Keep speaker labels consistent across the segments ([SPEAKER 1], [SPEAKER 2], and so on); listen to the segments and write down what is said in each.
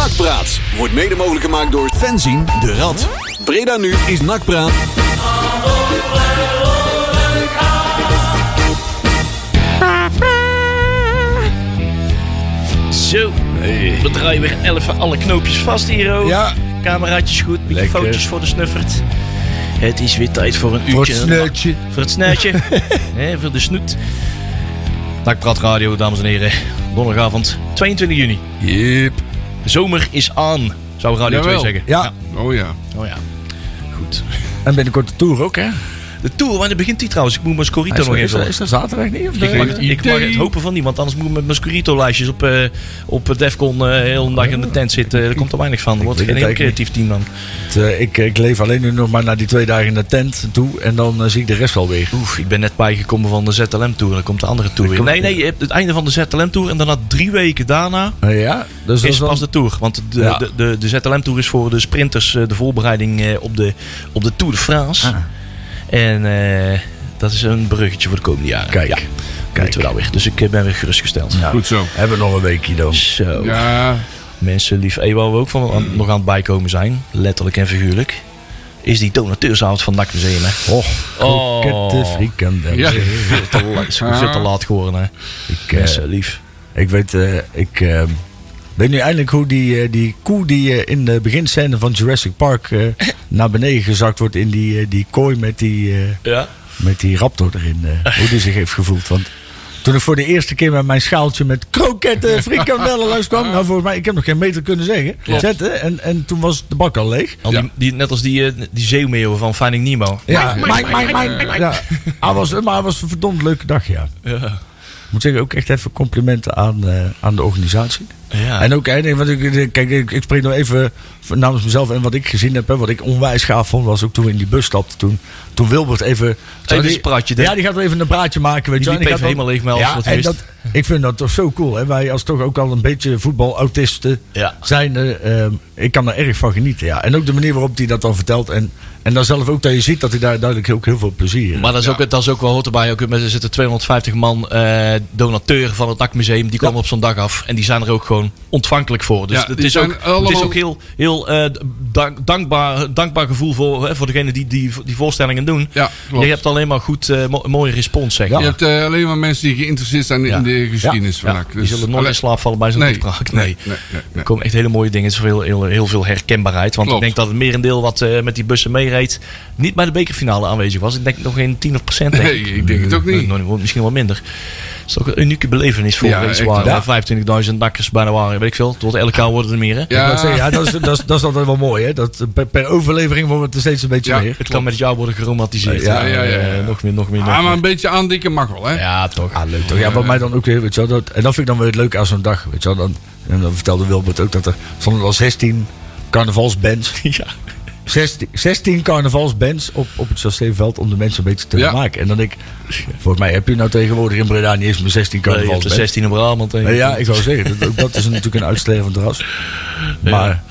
[SPEAKER 1] Nakpraat wordt mede mogelijk gemaakt door fanzine de Rad. Breda nu is Nakpraat.
[SPEAKER 2] Zo, we draaien weer even alle knoopjes vast hier. ook.
[SPEAKER 3] Ja.
[SPEAKER 2] Cameraatjes goed, beetje
[SPEAKER 3] Lekker.
[SPEAKER 2] foto's voor de snuffert. Het is weer tijd voor een uurtje. eh,
[SPEAKER 3] Voor het sneutje.
[SPEAKER 2] Voor het snuitje. Hè, voor de snoet. Nakpraat Radio, dames en heren. Donderdagavond, 22 juni.
[SPEAKER 4] Jep.
[SPEAKER 2] Zomer is aan, zou Radio 2 zeggen.
[SPEAKER 3] Ja,
[SPEAKER 4] Oh ja.
[SPEAKER 2] Oh ja. Goed.
[SPEAKER 3] en binnenkort de tour ook, hè?
[SPEAKER 2] De tour, wanneer begint die trouwens? Ik moet Moscorito nog
[SPEAKER 4] Is,
[SPEAKER 2] even...
[SPEAKER 4] dat- is dat zaterdag niet? Of
[SPEAKER 2] Ik mag, het, ik mag het
[SPEAKER 4] Idee.
[SPEAKER 2] hopen van niet, want anders moet ik met Moscorito-lijstjes op, eh, op Defcon eh, heel een dag in de tent zitten. Er komt er weinig van. Er wordt
[SPEAKER 3] weet
[SPEAKER 2] geen
[SPEAKER 3] het
[SPEAKER 2] heel
[SPEAKER 3] eigenlijk
[SPEAKER 2] creatief team dan.
[SPEAKER 3] Het, eh, ik, ik leef alleen nu nog maar naar die twee dagen in de tent toe en dan eh, zie ik de rest wel weer.
[SPEAKER 2] Oef, ik ben net bijgekomen van de ZLM-tour. Dan komt de andere tour weer.
[SPEAKER 3] komt-
[SPEAKER 2] Nee, nee, je hebt het einde van de ZLM-tour en daarna drie weken daarna
[SPEAKER 3] Eh, ja, dus dat
[SPEAKER 2] is
[SPEAKER 3] is
[SPEAKER 2] pas
[SPEAKER 3] dan...
[SPEAKER 2] de tour. Want de,
[SPEAKER 3] Ja.
[SPEAKER 2] de, de, de ZLM-tour is voor de sprinters eh, de voorbereiding eh, op, de, op de Tour de France.
[SPEAKER 3] Ah.
[SPEAKER 2] En eh, dat is een bruggetje voor de komende jaren.
[SPEAKER 3] Kijk,
[SPEAKER 2] Ja, Weten we dat weer. Dus ik eh, ben weer gerustgesteld.
[SPEAKER 4] Goed zo.
[SPEAKER 3] Hebben we nog een weekje dan.
[SPEAKER 2] Zo.
[SPEAKER 4] Ja.
[SPEAKER 2] Mensen lief, hey, waar we ook van
[SPEAKER 3] Mm.
[SPEAKER 2] aan- nog aan het bijkomen zijn, letterlijk en figuurlijk, is die donateursavond van NAC Museum. Hè.
[SPEAKER 3] Och,
[SPEAKER 2] Oh.
[SPEAKER 3] kroketten, frikandellen.
[SPEAKER 4] Ja.
[SPEAKER 2] Veel te, la- is veel te laat geworden. Hè.
[SPEAKER 3] Ik, eh,
[SPEAKER 2] Mensen lief.
[SPEAKER 3] ik weet, eh, ik eh, weet nu eindelijk hoe die, eh, die koe die eh, in de beginscène van Jurassic Park eh, naar beneden gezakt wordt in die, eh, die kooi met die... eh,
[SPEAKER 2] Ja.
[SPEAKER 3] met die raptor erin, eh, hoe die zich heeft gevoeld. Want toen ik voor de eerste keer met mijn schaaltje met kroketten, frikandellen langskwam, nou volgens mij, ik heb nog geen meter kunnen zeggen, zetten. En, en toen was de bak al leeg.
[SPEAKER 2] Al Die, die, net als die, eh, die zeemeeuwen van Finding Nemo.
[SPEAKER 3] Ja, mijn, mijn, mijn. Ja, hij was, maar het was een verdomd leuke dag, ja.
[SPEAKER 2] Ja.
[SPEAKER 3] Ik moet zeggen, ook echt even complimenten aan, eh, aan de organisatie.
[SPEAKER 2] Ja.
[SPEAKER 3] En ook, eh, nee, want ik, kijk, ik, ik spreek nog even namens mezelf en wat ik gezien heb. Hè, wat ik onwijs gaaf vond, was ook toen we in die bus stapten. Toen, toen Wilbert even...
[SPEAKER 2] Even een praatje deed.
[SPEAKER 3] Ja, die gaat wel even een praatje maken. Weet
[SPEAKER 2] Die
[SPEAKER 3] je wel, en
[SPEAKER 2] liep
[SPEAKER 3] gaat
[SPEAKER 2] even
[SPEAKER 3] dan-
[SPEAKER 2] helemaal leeg met alles wat hij
[SPEAKER 3] en
[SPEAKER 2] wist.
[SPEAKER 3] dat, Ik vind dat toch zo cool. Hè? Wij als toch ook al een beetje voetbalautisten
[SPEAKER 2] Ja.
[SPEAKER 3] zijn. eh, ehm, ik kan er erg van genieten, ja. En ook de manier waarop hij dat dan vertelt. En, en dan zelf ook dat je ziet dat hij daar duidelijk ook heel veel plezier in
[SPEAKER 2] Maar dat is,
[SPEAKER 4] Ja.
[SPEAKER 2] ook, dat is ook wel hoort erbij. Ook, er zitten 250 man eh donateur van het NAC-museum. Die komen op zo'n dag af. En die zijn er ook gewoon ontvankelijk voor. Dus
[SPEAKER 4] Ja,
[SPEAKER 2] het,
[SPEAKER 4] die
[SPEAKER 2] is
[SPEAKER 4] zijn
[SPEAKER 2] ook, het is
[SPEAKER 4] allemaal-
[SPEAKER 2] ook heel, heel eh, dank- dankbaar, dankbaar gevoel voor, hè, voor degene die, die die voorstellingen doen.
[SPEAKER 4] Ja, klopt.
[SPEAKER 2] Je hebt alleen maar goed, eh, mo- mooie respons, zeg maar.
[SPEAKER 4] Je hebt eh, alleen maar mensen die geïnteresseerd zijn
[SPEAKER 2] Ja.
[SPEAKER 4] in de geschiedenis van
[SPEAKER 2] Ja,
[SPEAKER 4] NAC.
[SPEAKER 2] die
[SPEAKER 4] Dus
[SPEAKER 2] zullen nooit
[SPEAKER 4] alleen-
[SPEAKER 2] in slaap vallen bij zo'n
[SPEAKER 4] Nee.
[SPEAKER 2] toespraak. Nee.
[SPEAKER 4] Nee, nee, nee, nee.
[SPEAKER 2] Er komen echt hele mooie dingen. Er is veel, heel, heel veel herkenbaarheid. Want
[SPEAKER 4] Klopt.
[SPEAKER 2] ik denk dat het merendeel wat eh, met die bussen meereed... niet bij de bekerfinale aanwezig was. Ik denk nog geen 10 of procent. denk
[SPEAKER 4] Nee, ik denk het ook niet.
[SPEAKER 2] Nou, nou, misschien wel minder. Het is toch een unieke belevenis voor
[SPEAKER 4] Ja,
[SPEAKER 2] deze
[SPEAKER 4] echt
[SPEAKER 2] waar
[SPEAKER 4] wel.
[SPEAKER 2] eh, 25.000 dakkers bijna waren. Weet ik veel. Tot elk jaar worden er meer, hè?
[SPEAKER 3] Ik wou
[SPEAKER 4] Ja,
[SPEAKER 3] zeggen, ja, dat, is, dat, is, dat is altijd wel mooi, hè? Dat per, per overlevering wordt het er steeds een beetje
[SPEAKER 4] Ja.
[SPEAKER 3] meer.
[SPEAKER 2] Het kan met jou worden geromatiseerd.
[SPEAKER 3] Ja,
[SPEAKER 2] Eh,
[SPEAKER 4] ja, ja, ja.
[SPEAKER 2] nog meer, nog meer. nog
[SPEAKER 4] Ah, maar
[SPEAKER 2] meer.
[SPEAKER 4] een beetje aandikken mag wel, hè?
[SPEAKER 2] Ja, toch.
[SPEAKER 3] Ah, leuk toch? Ja, wat mij dan ook weer, weet je wel, dat, en dat vind ik dan weer het leuke aan zo'n dag, weet je wel. Dan, en dan vertelde Wilbert ook dat er stonden al 16 carnavalsbands.
[SPEAKER 2] Ja.
[SPEAKER 3] 16, 16 carnavalsbands op, op het Chasséveld om de mensen een beetje te
[SPEAKER 4] Ja.
[SPEAKER 3] maken. En dan denk ik, volgens mij heb je nou tegenwoordig in Breda niet eens meer 16
[SPEAKER 2] Nee, je hebt er
[SPEAKER 3] carnavalsbands.
[SPEAKER 2] 16 in Brabant. en-
[SPEAKER 3] Nee, ja, ik zou zeggen, dat, ook dat is een- natuurlijk een uitstervend ras. Maar,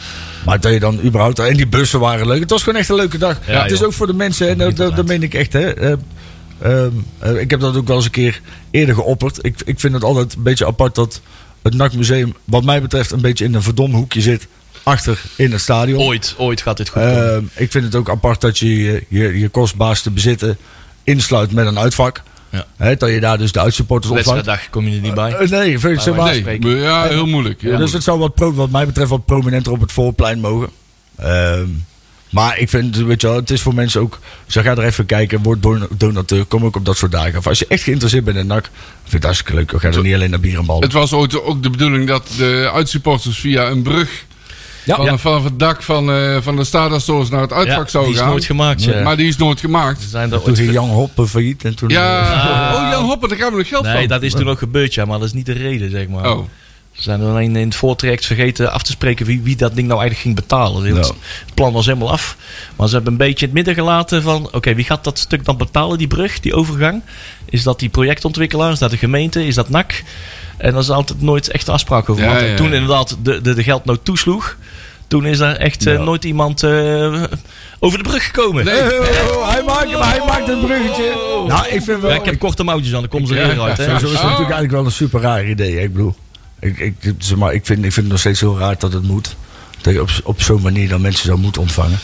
[SPEAKER 3] maar dat je dan überhaupt... En die bussen waren leuk. Het was gewoon echt een leuke dag.
[SPEAKER 2] Ja,
[SPEAKER 3] het is
[SPEAKER 2] joh.
[SPEAKER 3] ook voor de mensen, hè, dat, dat, dat meen ik echt. Hè. Eh, ehm, eh, ik heb dat ook wel eens een keer eerder geopperd. Ik, ik vind het altijd een beetje apart dat het NAC Museum... wat mij betreft een beetje in een verdom hoekje zit... achter in het stadion.
[SPEAKER 2] Ooit, ooit gaat dit goed komen.
[SPEAKER 3] Ehm, ik vind het ook apart dat je je, je, je kostbaarste bezitten... insluit met een uitvak.
[SPEAKER 2] Ja.
[SPEAKER 3] Hè, dat je daar dus de uitsupporters ontvangt.
[SPEAKER 2] Wedstrijddag kom je er niet bij.
[SPEAKER 3] Eh, nee, vind ik, zeg maar,
[SPEAKER 4] nee,
[SPEAKER 2] spreken.
[SPEAKER 4] maar ja, heel moeilijk. heel
[SPEAKER 3] ja, dus
[SPEAKER 4] moeilijk.
[SPEAKER 3] het zou wat, pro- wat mij betreft wat prominenter op het voorplein mogen. Ehm, maar ik vind, weet je wel, het is voor mensen ook... Zo ga er even kijken, word don- donateur, kom ook op dat soort dagen. Of als je echt geïnteresseerd bent in NAC, vind ik het hartstikke leuk. Dan ga je er niet alleen naar bier en bal.
[SPEAKER 4] Het was ooit ook de bedoeling dat de uitsupporters via een brug
[SPEAKER 3] Ja.
[SPEAKER 4] van,
[SPEAKER 3] Ja.
[SPEAKER 4] vanaf het dak van, eh, van de Stadastores naar het uitvak
[SPEAKER 2] Ja,
[SPEAKER 4] zou
[SPEAKER 2] die is
[SPEAKER 4] gaan.
[SPEAKER 2] nooit gemaakt. Ja.
[SPEAKER 4] Maar die is nooit gemaakt.
[SPEAKER 2] Ze zijn er
[SPEAKER 3] Toen
[SPEAKER 2] ooit
[SPEAKER 3] ging Jan Hoppen failliet en toen...
[SPEAKER 4] Ja,
[SPEAKER 2] Ah.
[SPEAKER 4] oh Jan Hopper, daar gaan we nog geld
[SPEAKER 2] Nee,
[SPEAKER 4] van.
[SPEAKER 2] dat is toen ook gebeurd, ja, maar dat is niet de reden, zeg maar.
[SPEAKER 4] Oh,
[SPEAKER 2] Ze zijn alleen in het voortraject vergeten af te spreken wie, wie dat ding nou eigenlijk ging betalen. Het hele
[SPEAKER 3] Nou.
[SPEAKER 2] s- plan was helemaal af. Maar ze hebben een beetje in het midden gelaten van... Oké, wie gaat dat stuk dan betalen, die brug, die overgang? Is dat die projectontwikkelaar? Is dat de gemeente? Is dat NAC? En daar is altijd nooit echt afspraak over.
[SPEAKER 4] Ja,
[SPEAKER 2] want eh,
[SPEAKER 4] ja, ja.
[SPEAKER 2] toen inderdaad de, de, de geldnood toesloeg... Toen is daar echt eh,
[SPEAKER 3] Nou.
[SPEAKER 2] nooit iemand eh, over de brug gekomen.
[SPEAKER 4] Nee.
[SPEAKER 3] Hey, hey, oh, hij maakt hem, hij maakt het bruggetje. Nou, ik vind wel...
[SPEAKER 2] Ja, ik heb korte mouwtjes aan, dan komen ze er weer uit. Hè?
[SPEAKER 3] Sowieso is het natuurlijk eigenlijk wel een super raar idee. hè. Ik bedoel, ik, ik, zeg maar, ik, vind, ik vind het nog steeds heel raar dat het moet. Dat je op, op zo'n manier dan mensen zou moeten ontvangen.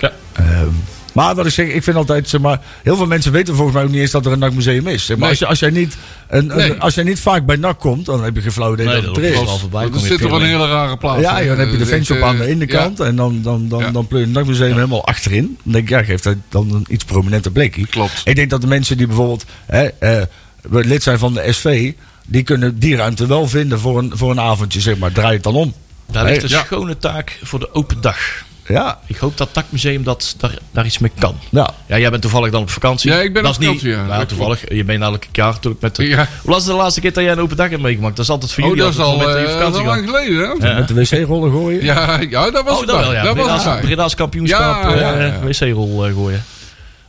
[SPEAKER 2] Ja.
[SPEAKER 3] Ehm, maar wat ik zeg, ik vind altijd, zeg maar, heel veel mensen weten volgens mij ook niet eens dat er een NAC-museum is. Zeg maar
[SPEAKER 4] Nee.
[SPEAKER 3] als, je, als, jij niet een, een-
[SPEAKER 4] Nee.
[SPEAKER 3] als jij niet vaak bij NAC komt, dan heb je geen flauw idee
[SPEAKER 2] Nee,
[SPEAKER 3] dat
[SPEAKER 2] dat
[SPEAKER 3] het er is.
[SPEAKER 2] klopt. al voorbij,
[SPEAKER 4] Dat
[SPEAKER 2] kom je
[SPEAKER 4] zit er wel een
[SPEAKER 2] Pirlo.
[SPEAKER 4] hele rare plaats.
[SPEAKER 3] Ja, joh, dan heb je de fanshop
[SPEAKER 4] eh,
[SPEAKER 3] aan de ene
[SPEAKER 4] Oh,
[SPEAKER 3] kant en dan, dan, dan,
[SPEAKER 4] Ja.
[SPEAKER 3] dan, pleur je het NAC-museum helemaal achterin. Dan denk ik, ja, geeft dat dan een iets prominenter blikje.
[SPEAKER 4] Klopt.
[SPEAKER 3] Ik denk dat de mensen die bijvoorbeeld hè, eh, lid zijn van de SV, die kunnen die ruimte wel vinden voor een, voor een avondje, zeg maar. Draai het dan om.
[SPEAKER 2] Daar ligt een
[SPEAKER 4] Ja.
[SPEAKER 2] schone taak voor de open dag.
[SPEAKER 3] Ja,
[SPEAKER 2] Ik hoop dat Takmuseum dat, daar, daar iets mee kan.
[SPEAKER 3] ja.
[SPEAKER 2] Ja, jij bent toevallig dan op vakantie.
[SPEAKER 4] Ja, ik ben
[SPEAKER 2] dat
[SPEAKER 4] op
[SPEAKER 2] is
[SPEAKER 4] vakantie,
[SPEAKER 2] Niet,
[SPEAKER 4] ja.
[SPEAKER 2] nou,
[SPEAKER 4] Dat
[SPEAKER 2] toevallig. Je bent elk jaar natuurlijk met... De,
[SPEAKER 4] Ja.
[SPEAKER 2] Hoe was het de laatste keer dat jij een open dag hebt meegemaakt? Dat is altijd voor
[SPEAKER 4] Oh,
[SPEAKER 2] jullie.
[SPEAKER 4] dat is
[SPEAKER 2] altijd
[SPEAKER 4] al,
[SPEAKER 2] het moment
[SPEAKER 4] eh,
[SPEAKER 2] je op
[SPEAKER 4] dat is al
[SPEAKER 2] vakantie
[SPEAKER 4] lang geleden, hè?
[SPEAKER 2] gaat. Ja.
[SPEAKER 3] Met de wc-rollen gooien.
[SPEAKER 4] Ja, ja, dat was
[SPEAKER 2] Oh,
[SPEAKER 4] het.
[SPEAKER 2] dat wel, ja.
[SPEAKER 4] Dat was het.
[SPEAKER 2] Breda's,
[SPEAKER 4] eigenlijk.
[SPEAKER 2] Breda's kampioenschap
[SPEAKER 4] Ja, ja,
[SPEAKER 2] eh,
[SPEAKER 4] ja.
[SPEAKER 2] wc-rol eh, gooien.